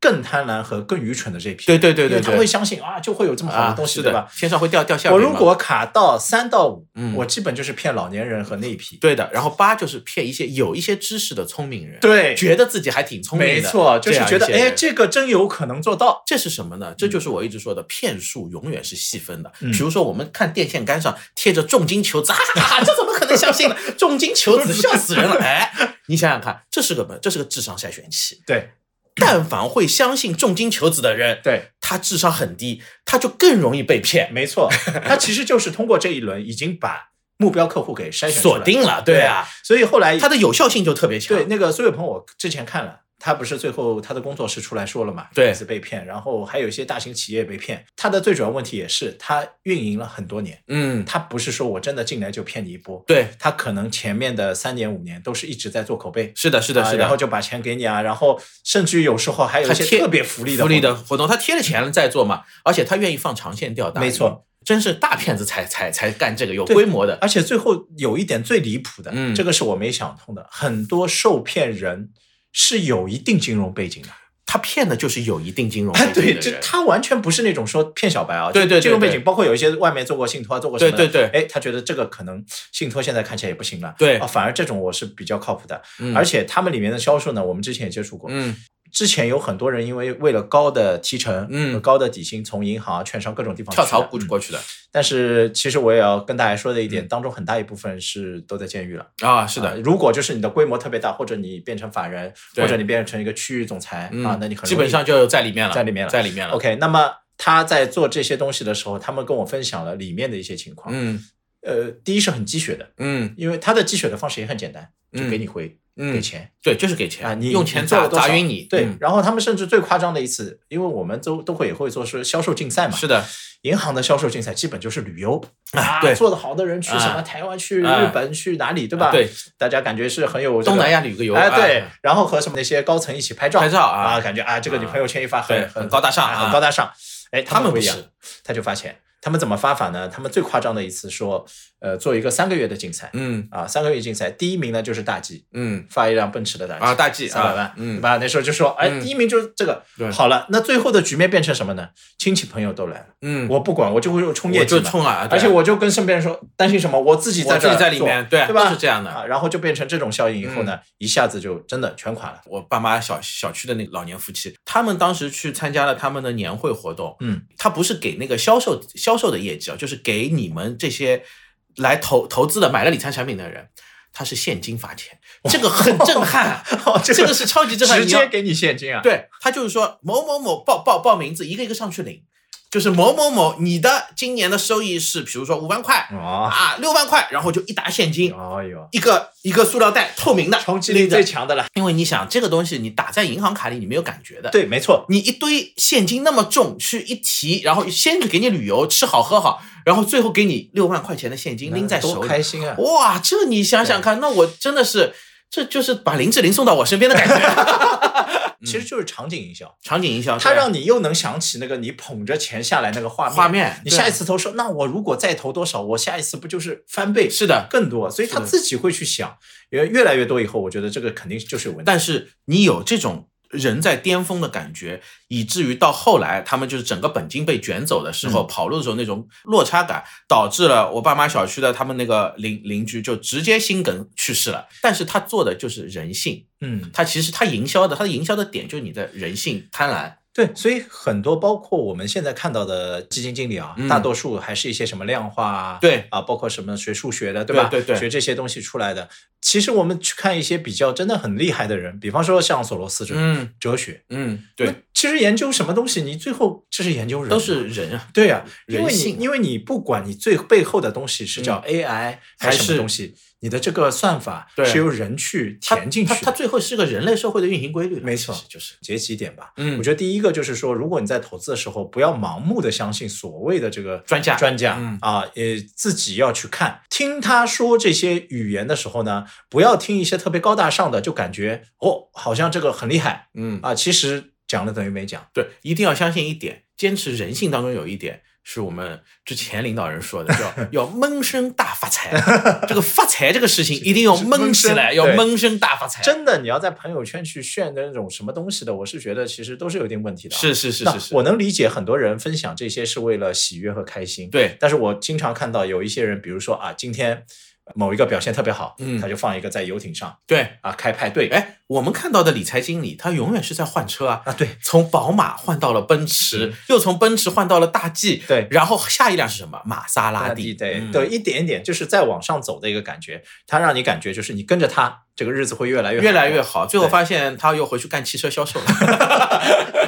A: 更贪婪和更愚蠢的这一批。
B: 对对对
A: 因
B: 对
A: 为他
B: 对
A: 会相信啊，就会有这么好
B: 啊
A: 的，东西，
B: 是
A: 对
B: 的
A: 吧？？
B: 天上会掉掉下来
A: 我
B: 嘛。
A: 如果卡到三到五
B: 嗯，
A: 我基本就是骗老年人和那一批。
B: 对的，然后八就是骗一些有一些知识的聪明人，，
A: 对
B: 觉得自己还挺聪明的，
A: 没错，就是觉得
B: 这样一些
A: 哎，
B: 人
A: 这个真有可能做到。
B: 这是什么呢？这就是我一直说的骗术，永远是细分的。
A: 嗯
B: 比如说，我们看电线杆上贴着重金求子，啊， 这怎么可能 相信呢？重金求子，笑死人了！哎，你想想看，这是个这是个智商筛选器。
A: 对
B: 但凡会相信重金求子的人，
A: 对，
B: 他智商很低，他就更容易被骗，
A: 没错，他其实就是通过这一轮已经把目标客户给筛选出来
B: 锁定了，对啊，，
A: 所以后来
B: 他的有效性就特别强。
A: 对，那个苏有朋，我之前看了，他不是最后他的工作室出来说了嘛，
B: 对
A: 一直被骗，然后还有一些大型企业被骗。他的最主要问题也是他运营了很多年，
B: 嗯，
A: 他不是说我真的进来就骗你一波，
B: 对，
A: 他可能前面的三年五年都是一直在做口碑。
B: 是的，是的，
A: 啊
B: 是的。
A: 然后就把钱给你啊，然后甚至于有时候还有一
B: 他
A: 些
B: 贴
A: 特别福利的
B: 福利
A: 活动，
B: 的活动，他贴了钱了再做嘛，而且他愿意放长线钓大鱼，
A: 没错，
B: 真是大骗子才才才干这个有
A: 对
B: 规模的，
A: 而且最后有一点最离谱的，
B: 嗯
A: 这个是我没想通的，很多受骗人是有一定金融背景的，
B: 他骗的就是有一定金融背
A: 哎，
B: 景的
A: 对，
B: 人，
A: 这他完全不是那种说骗小白啊，
B: 对对对
A: 这种背景
B: 对
A: 包括有一些外面做过信托啊，做过什么的，
B: 对对
A: 哎，他觉得这个可能信托现在看起来也不行了，
B: 对
A: 啊，反而这种我是比较靠谱的，
B: 嗯
A: 而且他们里面的销售呢，我们之前也接触过，
B: 嗯
A: 之前有很多人因为为了高的提成，
B: 嗯
A: 和高的底薪，从银行啊、券商各种地方
B: 跳槽
A: 去
B: 过
A: 的嗯
B: 过去的
A: 但是其实我也要跟大家说的一点，当中很大一部分是都在监狱了。
B: 啊，是
A: 啊
B: 的，
A: 如果就是你的规模特别大，或者你变成法人，
B: 对
A: 或者你变成一个区域总裁
B: 嗯
A: 啊，那你很容易
B: 基本上就在里面了，
A: 在里面了
B: 在里面了，
A: OK，那么他在做这些东西的时候，他们跟我分享了里面的一些情况。
B: 嗯
A: 呃，第一是很积雪的，
B: 嗯
A: 因为他的积雪的方式也很简单，就给你回、给
B: 嗯，
A: 钱
B: 对，就是给
A: 啊，
B: 钱，
A: 你
B: 用
A: 你
B: 钱
A: 做
B: 砸
A: 了多少
B: 砸晕你，
A: 对，
B: 嗯
A: 然后他们甚至最夸张的一次，因为我们都都会也会做是销售竞赛嘛，
B: 是的，
A: 银行的销售竞赛基本就是旅游啊
B: 对
A: 做的好的人去什么
B: 啊
A: 台湾、去
B: 啊
A: 日本、去哪里，对吧？
B: 对，
A: 大家感觉是很有这个
B: 东南亚旅个游，啊
A: 哎，对，然后和什么那些高层一起拍照，
B: 拍照啊
A: 啊，感觉啊，这个你朋友圈一发
B: 对
A: 很
B: 很高大上
A: 啊
B: 啊
A: 很高大上。哎，
B: 他们
A: 不
B: 不
A: 一样
B: 是，
A: 他就发钱。他们怎么发法呢？他们最夸张的一次说，呃，做一个三个月的竞赛
B: 嗯
A: 啊，三个月竞赛，第一名呢就是大 G，
B: 嗯
A: 发一辆奔驰的大 G
B: 啊，大 G
A: 三百
B: 啊，
A: 万，对
B: 嗯，
A: 吧？那时候就说，哎，
B: 嗯
A: 第一名就是这个
B: 对，
A: 好了，那最后的局面变成什么呢？亲戚朋友都来了，
B: 嗯，
A: 我不管，我就会冲业
B: 我
A: 绩
B: 就
A: 嘛，
B: 冲了，啊对
A: 而且我就跟身边人说，担心什么？我自己在
B: 我
A: 这
B: 自
A: 儿
B: 己在里
A: 做
B: 面，对
A: 对吧
B: 都是这样的，
A: 啊，然后就变成这种效应以后呢，一下子就真的全垮了。
B: 我爸妈小小区的那个老年夫妻，他们当时去参加了他们的年会活动，
A: 嗯，
B: 他不是给那个销售销售的业绩啊，就是给你们这些来投投资的买了理财产品的人，他是现金发钱，这个 很震撼啊，
A: 这
B: 这个是超级震撼，
A: 直
B: 你要
A: 接给你现金啊！，
B: 对他就是说某某某报报报名字，一个一个上去领。就是某某某，你的今年的收益是比如说五万块
A: 啊，
B: 啊，六万块，然后就一沓现金，
A: 哎呦，
B: 一个一个塑料袋，透明的，
A: 冲击力
B: 拎着
A: 最强的了。
B: 因为你想，这个东西你打在银行卡里，你没有感觉的。，
A: 对，没错，
B: 你一堆现金那么重，去一提，然后先是给你旅游，吃好喝好，然后最后给你六万块钱的现金拎在手
A: 嗯多
B: 里，
A: 开心啊！
B: 哇，这你想想看，那我真的是，这就是把林志玲送到我身边的感觉。
A: 其实就是场景营销，
B: 场景营销，
A: 它
B: 对
A: 让你又能想起那个你捧着钱下来那个画面。
B: 画面，
A: 你
B: 对
A: 下一次投说，那我如果再投多少，我下一次不就是翻倍
B: 是的，
A: 更多？所以他
B: 是的
A: 自己会去想，越越来越多以后，我觉得这个肯定就是有问题。
B: 但是你有这种人在巅峰的感觉，以至于到后来他们就是整个本金被卷走的时
A: 嗯
B: 候，跑路的时候那种落差感，导致了我爸妈小区的他们那个邻邻居就直接心梗去世了。但是他做的就是人性，
A: 嗯，
B: 他其实他营销的，他的营销的点就是你的人性贪婪。
A: 对，所以很多包括我们现在看到的基金经理啊，
B: 嗯
A: 大多数还是一些什么量化啊，
B: 对
A: 啊，包括什么学数学的，
B: 对
A: 吧？
B: 对对
A: 学这些东西出来的。其实我们去看一些比较真的很厉害的人，比方说像索罗斯这种、
B: 嗯
A: 哲学，
B: 嗯，
A: 那
B: 对，
A: 其实研究什么东西，你最后这是研究人，
B: 都是人啊。
A: 对呀、因为你
B: 人性啊嗯
A: 因为你不管你最背后的东西是叫 AI、还
B: 还
A: 是什么
B: 是
A: 东西，你的这个算法
B: 对
A: 是由人去
B: 他
A: 填进去
B: 他
A: 的
B: 他最后是个人类社会的运行规律了，
A: 没错
B: 其实就是
A: 结几点吧。
B: 嗯
A: 我觉得第一个就是说，如果你在投资的时候，不要盲目的相信所谓的这个
B: 专家
A: 专家、
B: 嗯
A: 啊，也自己要去看，听他说这些语言的时候呢，不要听一些特别高大上的，就感觉哦，好像这个很厉害
B: 嗯
A: 啊，其实讲了等于没讲。
B: 对，一定要相信一点，坚持人性当中有一点是我们之前领导人说 的，叫要闷声大发财。这个发财这个事情一定要
A: 是
B: 闷
A: 闷
B: 起
A: 声
B: 来，要
A: 对
B: 闷声大发财。
A: 真的，你要在朋友圈去炫那种什么东西的，我是觉得其实都是有点问题的啊。
B: 是是是
A: 那
B: 是是，
A: 我能理解很多人分享这些是为了喜悦和开心，。
B: 对
A: 但是我经常看到有一些人，比如说啊，今天某一个表现特别好，
B: 嗯
A: 他就放一个在游艇上
B: 对。
A: 啊开派对，
B: 哎，我们看到的理财经理，他永远是在换车啊，
A: 啊对
B: 从宝马换到了奔驰
A: 嗯，
B: 又从奔驰换到了大 G，
A: 对
B: 然后下一辆是什么？玛莎拉蒂，
A: 地对
B: 嗯
A: 对，一点一点就是在往上走的一个感觉，它让你感觉就是你跟着他，这个日子会越来越
B: 越来
A: 好
B: 越好。最后
A: 对
B: 发现他又回去干汽车销售了，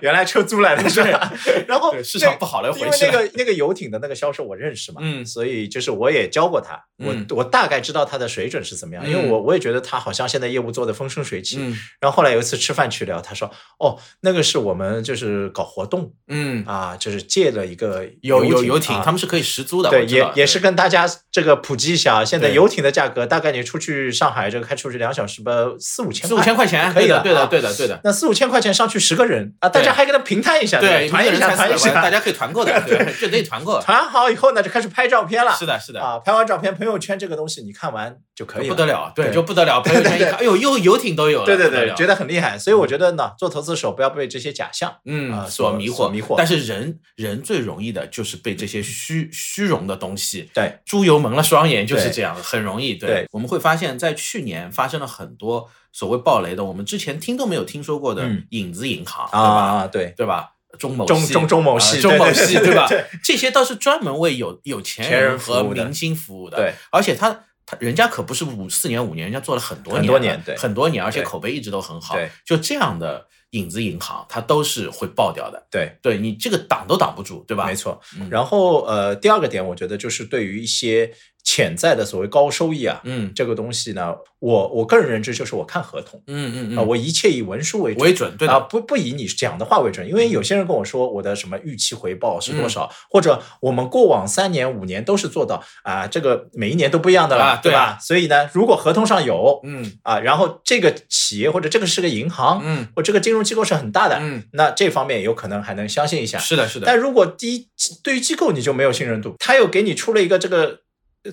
A: 原来车租来的是吧？ 然后
B: 对市
A: 那
B: 场不好了又
A: 因
B: 回
A: 为
B: 去
A: 那
B: 了。
A: 个那个游艇的那个销售我认识嘛，
B: 嗯
A: 所以就是我也教过他，
B: 嗯
A: 我我大概知道他的水准是怎么样，因为
B: 嗯
A: 我我也觉得他好像现在业务做得风生水起。
B: 嗯
A: 然后后来有一次吃饭去聊，他说：“哦，那个是我们就是搞活动
B: 嗯，
A: 啊，就是借了一个
B: 有有
A: 游
B: 游艇，
A: 啊
B: 他们是可以实租的，
A: 对，
B: 我知道
A: 也也是跟大家这个普及一下啊，现在
B: 对
A: 游艇的价格大概你出去上海这个开出去两小时吧，四五千
B: 四五千块钱，
A: 可以
B: 的，对
A: 啊
B: 的，对的，对的，
A: 那四五千块钱上去十个人啊，大
B: 对
A: 家还给他平摊一下，
B: 对，
A: 团
B: 一个
A: 一
B: 人
A: 下，
B: 才
A: 团一
B: 四
A: 下，。
B: 百万，大家可以团购的，对，就可以团购
A: 团好以后呢，就开始拍照片了。
B: 是的，是的，
A: 啊，拍完照片，朋友圈这个东西你看完就可以
B: 不
A: 了。
B: 得了，对，
A: 对
B: 就不得了。朋友 圈一看，哎呦，又游艇都有了，
A: 对对
B: 不得
A: 对，
B: 了
A: 觉得很厉害，所以我觉得呢，做投资手不要被这些假象。啊
B: 嗯
A: 所
B: 所迷
A: 所
B: 惑
A: 迷惑
B: 但是人人最容易的就是被这些虚虚荣的东西。
A: 对，
B: 猪油蒙了双眼就是
A: 对
B: 这样，很容易。
A: 对
B: 我们会发现，在去年发生了很多所谓暴雷的，我们之前听都没有听说过的
A: 嗯
B: 影子银行，对吧？
A: 啊，对，
B: 对吧？中某
A: 中
B: 系
A: 中中某系
B: 啊中某系
A: 对对对
B: 吧
A: 对？
B: 这些倒是专门为有有钱
A: 钱人
B: 人
A: 服务的
B: 和明星服务的，
A: 对，
B: 而且他。他人家可不是五四年五年，人家做了很多年
A: 很
B: 了，
A: 多年对
B: 很多年，而且
A: 对
B: 口碑一直都很好。
A: 对，
B: 就这样的影子银行，它都是会爆掉的。
A: 对，
B: 对你这个挡都挡不住，对吧？
A: 没，错
B: 嗯。
A: 然后呃，第二个点，我觉得就是对于一些潜在的所谓高收益啊，
B: 嗯
A: 这个东西呢，我我个人认知就是我看合同
B: 嗯嗯嗯，
A: 啊，我一切以文书为准。
B: 为准，对的，嗯
A: 啊，不不以你讲的话为准，因为有些人跟我说我的什么预期回报是多少，或者我们过往三年五年都是做到啊，这个每一年都不一样的了，
B: 啊
A: 对
B: 对
A: 吧
B: 啊？
A: 所以呢，如果合同上有
B: 嗯
A: 啊，然后这个企业或者这个是个银行，
B: 嗯
A: 或这个金融机构是很大的，
B: 嗯，
A: 那这方面有可能还能相信一下。
B: 是的，是的，
A: 但如果第一对于机构你就没有信任度，他又给你出了一个这个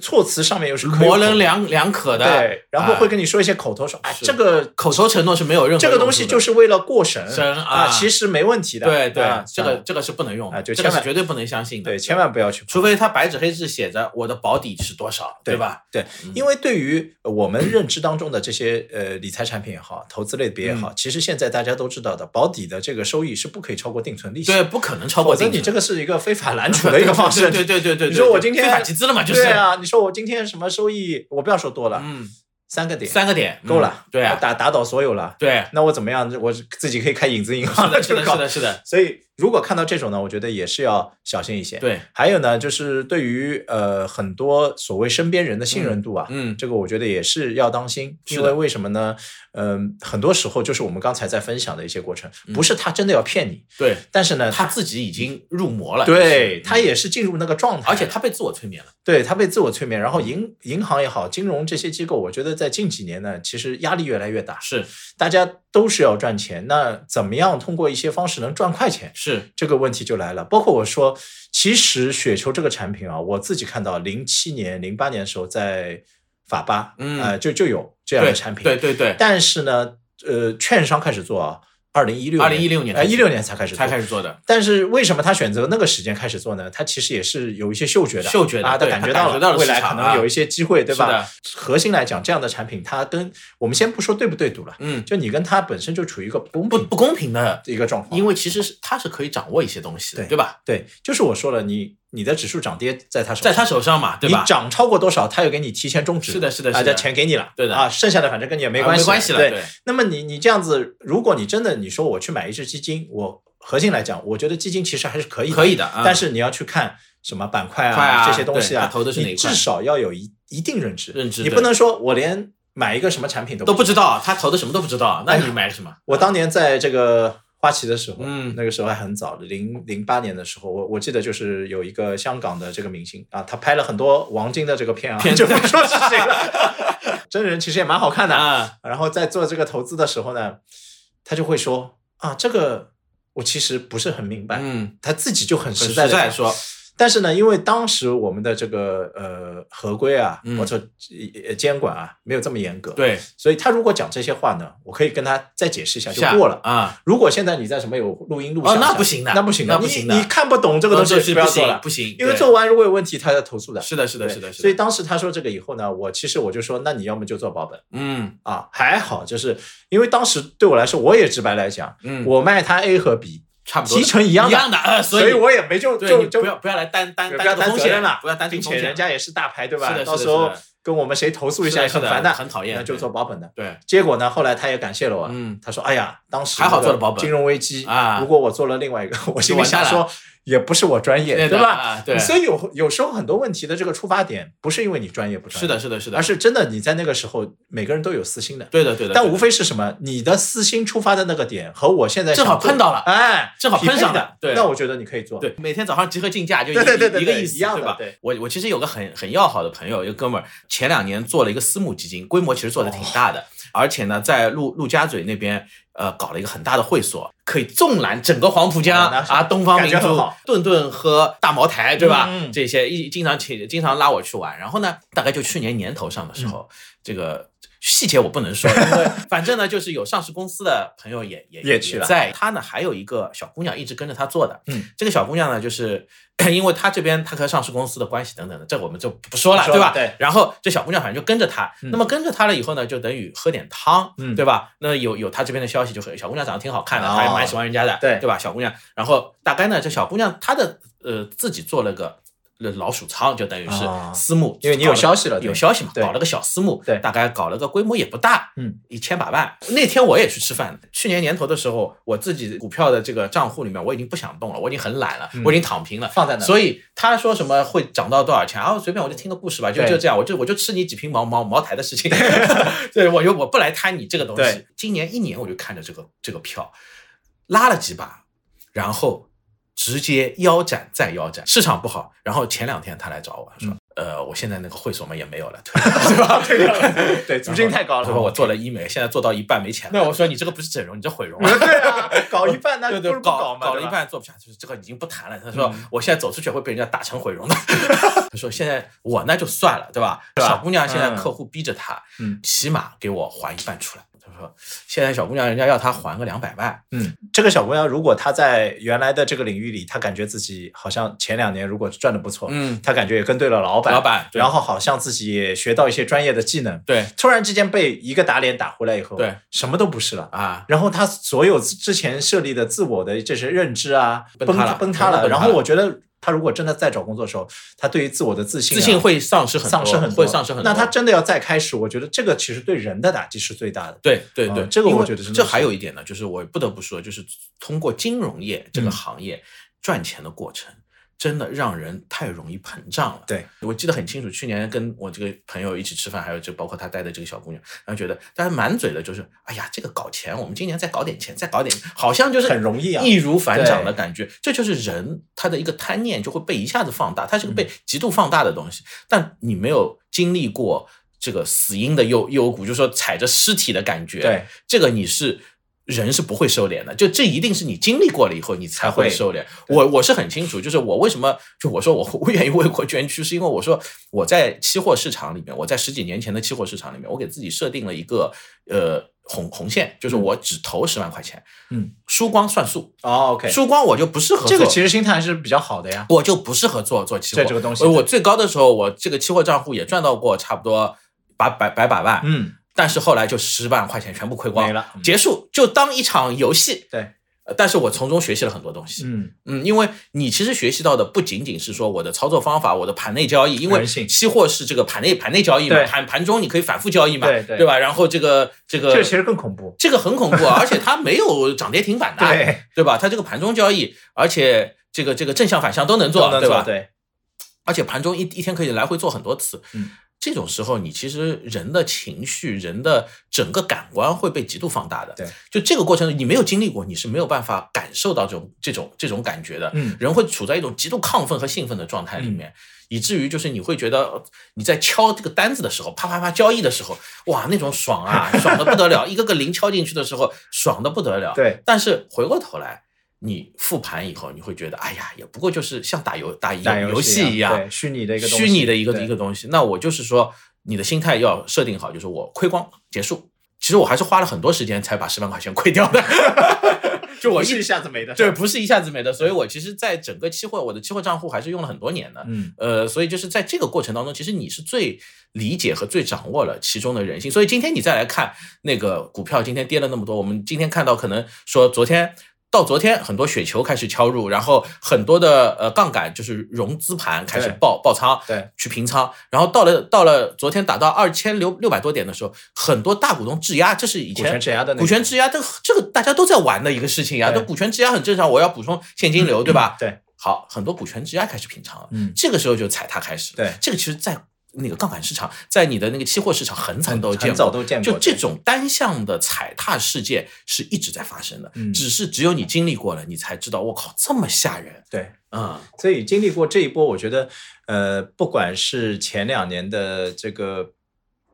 A: 措辞上面又是可有
B: 模棱
A: 口
B: 两两可的，
A: 对，然后会
B: 啊
A: 跟你说一些口头说，哎，
B: 是
A: 这个
B: 口头承诺是没有任何
A: 这个东西
B: 用处的
A: 就是为了过审
B: 审
A: 啊，
B: 啊
A: 其实没问题的。
B: 对对
A: 啊，
B: 这个这个是不能用
A: 啊
B: 的，
A: 就
B: 这个
A: 千万
B: 是绝对不能相信的，
A: 对，千万不要去碰，
B: 除非他白纸黑字写着我的保底是多少，
A: 对
B: 对吧？？
A: 对，
B: 嗯
A: 因为对于我们认知当中的这些呃理财产品也好，投资类别也
B: 嗯
A: 好，其实现在大家都知道的，保底的这个收益是不可以超过定存利息，
B: 对，，不可能超
A: 否
B: 过
A: 则
B: 定
A: 你
B: 存
A: 这个是一个非法揽储的一个方式。
B: 对对对对对，
A: 你说我今天
B: 非法集资了嘛，就是
A: 对，啊，你说我今天什么收益？我不要说多了，
B: 嗯，
A: 三个点
B: 三个点
A: 够了，
B: 嗯对
A: 我
B: 啊，
A: 打打倒所有了。
B: 对，
A: 那我怎么样？我自己可以开影子银行
B: 是
A: 了，
B: 的，
A: 这
B: 是的，
A: 个
B: 是的，是的，
A: 所以如果看到这种呢，我觉得也是要小心一些。，
B: 对，
A: 还有呢，就是对于呃很多所谓身边人的信任度啊，
B: 嗯，
A: 这个我觉得也是要当心，
B: 是
A: 因
B: 的
A: 为为什么呢？嗯、很多时候就是我们刚才在分享的一些过程，不是他真的要骗你，
B: 对，
A: 但是呢，
B: 嗯他自己已经入魔了，
A: 对
B: 就是嗯
A: 他，也是进入那个状态，
B: 而且他被自我催眠了，
A: 对他被自我催眠，然后银银行也好，金融这些机构，我觉得在近几年呢，其实压力越来越大，
B: 是
A: 大家都是要赚钱，那怎么样通过一些方式能赚快钱？
B: 是，
A: 这个问题就来了，包括我说，其实雪球这个产品啊，我自己看到零七年、零八年的时候在法巴，
B: 嗯
A: 呃，就就有这样
B: 对
A: 的产品，
B: 对对对，
A: 但是呢，呃，券商开始做啊，二零一六
B: 2016年
A: 呃，一六年才开始做，
B: 才开始做的，
A: 但是为什么他选择那个时间开始做呢？他其实也是有一些嗅觉的，
B: 嗅觉的
A: 啊，他
B: 对
A: 感
B: 他
A: 觉
B: 感
A: 到
B: 觉到了
A: 未
B: 市
A: 来可
B: 场
A: 能
B: 啊
A: 有一些机会，对
B: 是
A: 吧
B: 的？
A: 核心来讲，这样的产品，它跟我们先不说对不对赌了，
B: 嗯，
A: 就你跟它本身就处于一个不公
B: 不
A: 平
B: 不公平的，
A: 的一个状况。
B: 因为其实是他是可以掌握一些东西的，
A: 对
B: 对吧？
A: 对，就是我说了，你你的指数涨跌在他手上，
B: 在他手上嘛，对吧
A: 你？涨超过多少，他又给你提前终止，
B: 是的是的
A: 啊，
B: 是
A: 这
B: 的
A: 钱给你了，
B: 对的
A: 啊，剩下的反正跟你也没
B: 啊
A: 关系，
B: 没关系了，
A: 对。
B: 对，
A: 那么你你这样子，如果你真的你说我去买一只基金，我核心来讲，我觉得基金其实还是可以的
B: 可以的啊
A: 但是你要去看什么板块啊
B: 块啊
A: 这些东西啊，
B: 对它投的是哪一
A: 你
B: 块
A: 至少要有一一定认知，
B: 认知
A: 你
B: 对
A: 不能说我连买一个什么产品都
B: 都不
A: 知
B: 知道他投的什么都不知道，那你买什么？
A: 我当年在这个花旗的时候，
B: 嗯
A: 那个时候还很早，零零八年的时候，我我记得就是有一个香港的这个明星啊，他拍了很多王晶的这个片啊，
B: 片
A: 就不说是谁了，真人其实也蛮好看的啊。
B: 啊，
A: 然后在做这个投资的时候呢，他就会说啊，这个我其实不是很明白，
B: 嗯，
A: 他自己就很
B: 很
A: 实
B: 实
A: 在的
B: 在说，
A: 但是呢，因为当时我们的这个呃合规啊，
B: 嗯
A: 或者呃监管啊没有这么严格，，
B: 对，
A: 所以他如果讲这些话呢，我可以跟他再解释一下就
B: 下
A: 过了。
B: 啊，
A: 如果现在你在什么有录音录像
B: 哦
A: 的，
B: 那不行的
A: 那不行的，
B: 那不行的哦
A: 你你看不懂这
B: 这
A: 个东西
B: 是
A: 不
B: 不
A: 要做了
B: 行，，不行，
A: 因为
B: 对
A: 做完如果有问题，他要投诉的。
B: 是的，是的，
A: 对
B: 是的，是的
A: 所以当时他说这个以后呢，我其实我就说，那你要么就做保本
B: 嗯
A: 啊，还好，就是因为当时对我来说，我也直白来讲，
B: 嗯，
A: 我卖他 A 和 B，
B: 差不多
A: 提成一
B: 一
A: 样的，
B: 样的，呃所
A: 所
B: 以
A: 我也没就
B: 对
A: 就
B: 你
A: 就
B: 不要不要来担担
A: 不
B: 担
A: 要
B: 这个
A: 担
B: 风
A: 责任
B: 险
A: 了，
B: 不要担这
A: 并
B: 个
A: 且
B: 风险，
A: 人家也是大牌，对
B: 是
A: 吧？
B: 的
A: 到
B: 是
A: 时
B: 的
A: 候
B: 是的
A: 跟我们谁投诉一下也
B: 是
A: 很
B: 的
A: 烦的，
B: 很讨厌，
A: 那就做保本的。
B: 对
A: 结果呢，后来他也感谢了我，
B: 嗯
A: 他说：“哎呀，当时
B: 还好
A: 那个
B: 做了保本
A: 金融危机
B: 啊
A: 如果我做了另外一个，我心里想
B: 就完
A: 说，也不是我专业，
B: 对的
A: 对吧？
B: 啊对
A: 所以有有时候很多问题的这个出发点不是因为你专业不专业，
B: 是的，是的，是的，
A: 而是真的你在那个时候每个人都有私心的，
B: 对的，对的，
A: 但
B: 对的
A: 无非是什么，你的私心出发的那个点和我现在
B: 正
A: 想
B: 好
A: 做
B: 碰到了
A: 哎，
B: 正好
A: 匹配
B: 碰上
A: 的
B: 了，对
A: 那我觉得你可以做，
B: 对，每天早上集合竞价就一
A: 对对对对
B: 一个
A: 对
B: 意思，
A: 一样的
B: 对吧？
A: 对
B: 我我其实有个很很要好的朋友，一个哥们儿，前两年做了一个私募基金，规模其实做的挺大
A: 哦
B: 的，而且呢，在陆陆家嘴那边呃搞了一个很大的会所，可以纵览整个黄浦江、
A: 哦那是
B: 啊，东方
A: 感
B: 明
A: 觉很
B: 珠
A: 好，
B: 顿顿喝大茅台，对吧？
A: 嗯嗯
B: 这些一经常请经常拉我去玩，然后呢，大概就去年年头上的时
A: 嗯
B: 候，这个。细节我不能说，因 为反正呢，就是有上市公司的朋友也也
A: 也去了
B: 在他呢还有一个小姑娘一直跟着他做的，这个小姑娘呢，就是 因为她这边她和上市公司的关系等等的，这我们就不说了，
A: 不说了
B: 吧？
A: 对。
B: 然后这小姑娘反正就跟着她，
A: 嗯
B: 那么跟着她了以后呢，就等于喝点汤，
A: 嗯
B: 对吧？那有有她这边的消息，就很哎小姑娘长得挺好看的，
A: 哦
B: 她也蛮喜欢人家的，
A: 对
B: 对吧？小姑娘，然后大概呢，这小姑娘她的呃自己做了个。呃老鼠仓就等于是
A: 哦
B: 私募，
A: 因为你有
B: 搞了
A: 消息了对
B: 有消息嘛，
A: 对
B: 搞了个小私募，
A: 对
B: 大概搞了个规模也不大，
A: 嗯，
B: 一千把万。那天我也去吃饭，去年年头的时候，我自己股票的这个账户里面我已经不想动了，我已经很懒了，
A: 嗯
B: 我已经躺平了。
A: 放在那
B: 所以他说什么会涨到多少钱啊？随便我就听个故事吧，就
A: 对
B: 就这样，我就我就吃你几瓶茅茅茅台的事情， 对，我就我不来贪你这个东西
A: 对。
B: 今年一年我就看着这个这个票，拉了几把，然后直接腰斩再腰斩，市场不好。然后前两天他来找我说，
A: 嗯
B: 呃，我现在那个会所嘛也没 有了，退了对吧？退掉了。
A: 对，租金太高
B: 他说
A: 了。
B: 我做了医美，现在做到一半没哦钱了。那我说你这个不是整容，你这毁容了。
A: 对啊，搞一半那
B: 对
A: 不
B: 对嗯
A: 是，不
B: 搞
A: 嘛，
B: 搞了
A: 对
B: 一
A: 吧，
B: 半做不下去，这个已经不谈了。他说我现在走出去会被人家打成毁容的。 他说现在我那就算了，对吧？
A: 是吧
B: 小姑娘现在
A: 嗯
B: 客户逼着她，
A: 嗯
B: 起码给我还一半出来。他说现在小姑娘人家要她还个两百万，
A: 嗯，这个小姑娘如果她在原来的这个领域里，她感觉自己好像前两年如果赚的不错，
B: 嗯，
A: 她感觉也跟对了老板，
B: 老板对
A: 然后好像自己也学到一些专业的技能，
B: 对
A: 突然之间被一个打脸打回来以后，
B: 对，
A: 什么都不是了。
B: 啊，
A: 然后她所有之前设立的自我的这些认知啊，
B: 崩塌了
A: 崩塌了。
B: 全部崩
A: 然
B: 塌了
A: 后我觉得他如果真的在找工作的时候，他对于自我的自信、啊、
B: 自信会丧失很多
A: 丧失很
B: 会丧失很多。
A: 那他真的要再开始，我觉得这个其实对人的打击是最大的。
B: 对对对、
A: 嗯这个我觉得
B: 因
A: 真
B: 为
A: 的
B: 这
A: 是
B: 还有一点呢，就是我不得不说，就是通过金融业这个
A: 嗯
B: 行业赚钱的过程。真的让人太容易膨胀了。
A: 对，
B: 我记得很清楚，去年跟我这个朋友一起吃饭，还有就包括他带的这个小姑娘，然后觉得大家满嘴的就是，哎呀，这个搞钱，我们今年再搞点钱，再搞点，好像就是
A: 很容易啊
B: 易如反掌的感觉。这就是人他的一个贪念就会被一下子放大，它是个
A: 嗯
B: 被极度放大的东西。但你没有经历过这个死因的幽幽谷，就是说踩着尸体的感觉，
A: 对，
B: 这个你是人是不会收敛的，就这一定是你经历过了以后你才会
A: 会
B: 收敛。我我是很清楚，就是我为什么就我说我我愿意为国捐躯，是因为我说我在期货市场里面，我在十几年前的期货市场里面，我给自己设定了一个呃红红线，就是我只投十万块钱，
A: 嗯，
B: 输光算数，
A: 哦，OK，
B: 输光我就不适合
A: 这个
B: 做
A: 其实心态还是比较好的呀。
B: 我就不适合做做期货
A: 这这个东西
B: 呃我最高的时候，我这个期货账户也赚到过差不多百百百把万，
A: 嗯，
B: 但是后来就十万块钱全部亏光
A: 没了嗯
B: 结束就当一场游戏。
A: 对，
B: 呃但是我从中学习了很多东西。
A: 嗯，
B: 嗯，因为你其实学习到的不仅仅是说我的操作方法、我的盘内交易，因为
A: 人性
B: 期货是这个盘内盘内交易嘛，
A: 对
B: 盘盘中你可以反复交易嘛，
A: 对对
B: 吧？然后这个这个
A: 这个其实更恐怖。
B: 这个很恐怖啊，而且它没有涨跌停板的，
A: 对，
B: 对吧？它这个盘中交易，而且这个这个正向反向都能做，
A: 能
B: 对吧？
A: 对，
B: 而且盘中一一天可以来回做很多次。
A: 嗯，
B: 这种时候你其实人的情绪、人的整个感官会被极度放大的。
A: 对，
B: 就这个过程你没有经历过，你是没有办法感受到这种这种这种感觉的。
A: 嗯
B: 人会处在一种极度亢奋和兴奋的状态里面。以至于就是你会觉得呃你在敲这个单子的时候，啪啪啪交易的时候，哇，那种爽 啊，爽的不得了，一个个零敲进去的时候，爽的不得了。
A: 对，
B: 但是回过头来，你复盘以后，你会觉得，哎呀，也不过就是像打游打
A: 打
B: 游
A: 戏啊
B: 一样
A: 对，，虚拟的一个东西
B: 虚拟的一个
A: 对
B: 一个东西。那我就是说，你的心态要设定好，就是我亏光结束。其实我还是花了很多时间才把十万块钱亏掉 的，就我
A: 不
B: 一
A: 是一下子 没的事
B: 对，
A: 儿。
B: 不是一下子没的。所以我其实，在整个期货，我的期货账户还是用了很多年的。
A: 嗯，
B: 呃，所以就是在这个过程当中，其实你是最理解和最掌握了其中的人性。所以今天你再来看那个股票，今天跌了那么多，我们今天看到可能说昨天。到昨天，很多雪球开始敲入，然后很多的呃杠杆就是融资盘开始
A: 对
B: 爆爆仓，
A: 对，
B: 去平仓。然后到了到了昨天打到二千六六百多点的时候，很多大股东质押，这是以
A: 股
B: 前
A: 权质押的那
B: 股权
A: 个
B: 质押，这这个大家都在玩的一个事情呀、啊。
A: 对
B: 这股权质押很正常，我要补充现金 流，对吧？
A: 对。
B: 好，很多股权质押开始平仓了，
A: 嗯
B: 这个时候就踩踏开始了。
A: 对
B: 这个其实，在那个杠杆市场，在你的那个期货市场，很早
A: 很
B: 都
A: 很
B: 见过
A: 早。都见过
B: 就
A: 的，
B: 这种单向的踩踏事件是一直在发生的，
A: 嗯
B: 只是只有你经历过了，你才知道，我靠，这么吓人
A: 对。
B: 啊、
A: 所以经历过这一波，我觉得，呃，不管是前两年的这个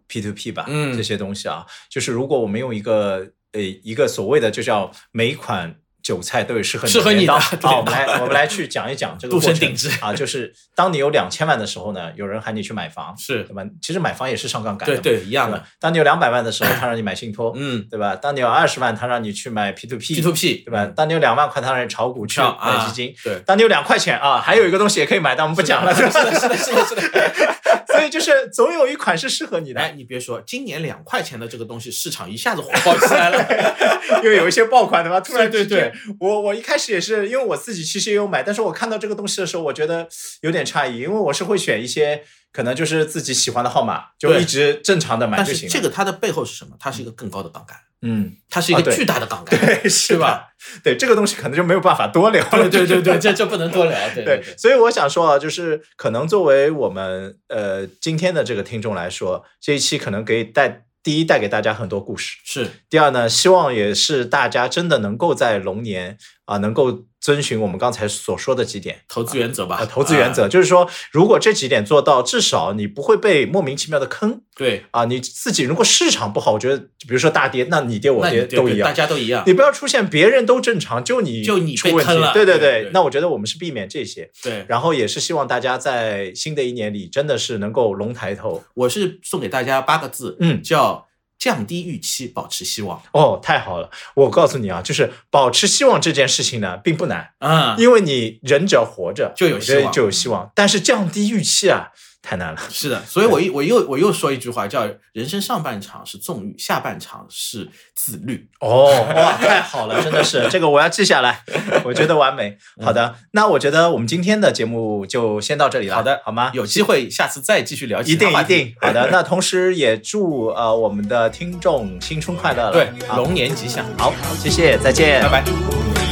A: P to P 吧，
B: 嗯
A: 这些东西啊，就是如果我们用一个呃一个所谓的就叫每一款韭菜都有适合
B: 适合你的
A: 的镰
B: 对
A: 刀啊，我们来我们来去讲一讲这个
B: 度身
A: 过程
B: 定制
A: 啊，就是当你有两千万的时候呢，有人喊你去买房，
B: 是
A: 对吧？其实买房也是上杠杆的
B: 对
A: 嘛，
B: 对，一样
A: 对
B: 的
A: 吧，当你有两百万的时候，他让你买信托，
B: 嗯
A: 对吧？当你有二十万，他让你去买 P to P，
B: ，P to P
A: 对吧？？当你有两万块，他让你炒股去
B: 像
A: 买
B: 啊，
A: 基金，
B: 对，
A: 当你有两块钱啊，还有一个东西也可以买，但我们不讲了。
B: 是的，是的，是的，是的。
A: 所以就是总有一款是适合你
B: 哎，
A: 的，
B: 你别说，今年两块钱的这个东西，市场一下子火爆起 来了。
A: 因为有一些爆款的嘛，突然
B: 对对
A: 之间，我我一开始也是，因为我自己其实也有买，但是我看到这个东西的时候，我觉得有点诧异，因为我是会选一些可能就是自己喜欢的号码，就
B: 对
A: 一直正常的买
B: 但
A: 就是行了。
B: 这个它的背后是什么？它是一个更高的杠杆，
A: 嗯，
B: 它是一
A: 啊
B: 个
A: 对
B: 巨大的杠杆，
A: 是
B: 对吧？
A: 的？对，这个东西可能就没有办法多聊了。
B: 对对对对，这这不能多聊。对
A: 对
B: 对，
A: 所以我想说啊，就是可能作为我们呃今天的这个听众来说，这一期可能给带第一带给大家很多故事，
B: 是
A: 第二呢，希望也是大家真的能够在龙年啊、能够遵循我们刚才所说的几点。
B: 投资原则吧
A: 啊，？投资原则、
B: 啊
A: 就是说，如果这几点做到，至少你不会被莫名其妙的坑
B: 对，
A: 啊。你自己如果市场不好，我觉得，比如说大跌，那你跌我
B: 那你
A: 跌
B: 对
A: 都
B: 对
A: 一
B: 大
A: 样，
B: 家都一样
A: 你。不要出现别人都正常，就你
B: 就你
A: 出
B: 被
A: 问题
B: 坑了
A: 对对
B: 对对
A: 那我觉得我们是避免这些，
B: 对，
A: 然后也是希望大家在新的一年里真的是能够龙抬头。
B: 我是送给大家八个字，
A: 嗯
B: 叫降低预期，保持希望。
A: 哦，太好了！我告诉你啊，就是保持希望这件事情呢，并不难。
B: 嗯，
A: 因为你人只要活着，
B: 就有希
A: 我
B: 望嗯
A: 觉得就有希望。但是降低预期啊，太难了。
B: 是的，所以我一我又我又说一句话，叫人生上半场是纵欲，下半场是自律。
A: 哦，哇，太好了，真的是 这个我要记下 来，我觉得完美。
B: 嗯
A: 好的，那我觉得我们今天的节目就先到这里了。
B: 好的
A: 好吗？
B: 有机会下次再继续聊
A: 啊一
B: 其
A: 定
B: 他话
A: 一
B: 题。
A: 定。好的，那同时也祝呃我们的听众新春快乐了。
B: 对，
A: 好
B: 龙年吉祥，
A: 好，谢谢，再见，
B: 拜。拜。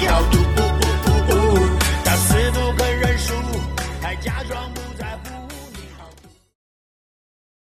C: 要赌，他死不肯认输，还假装不在。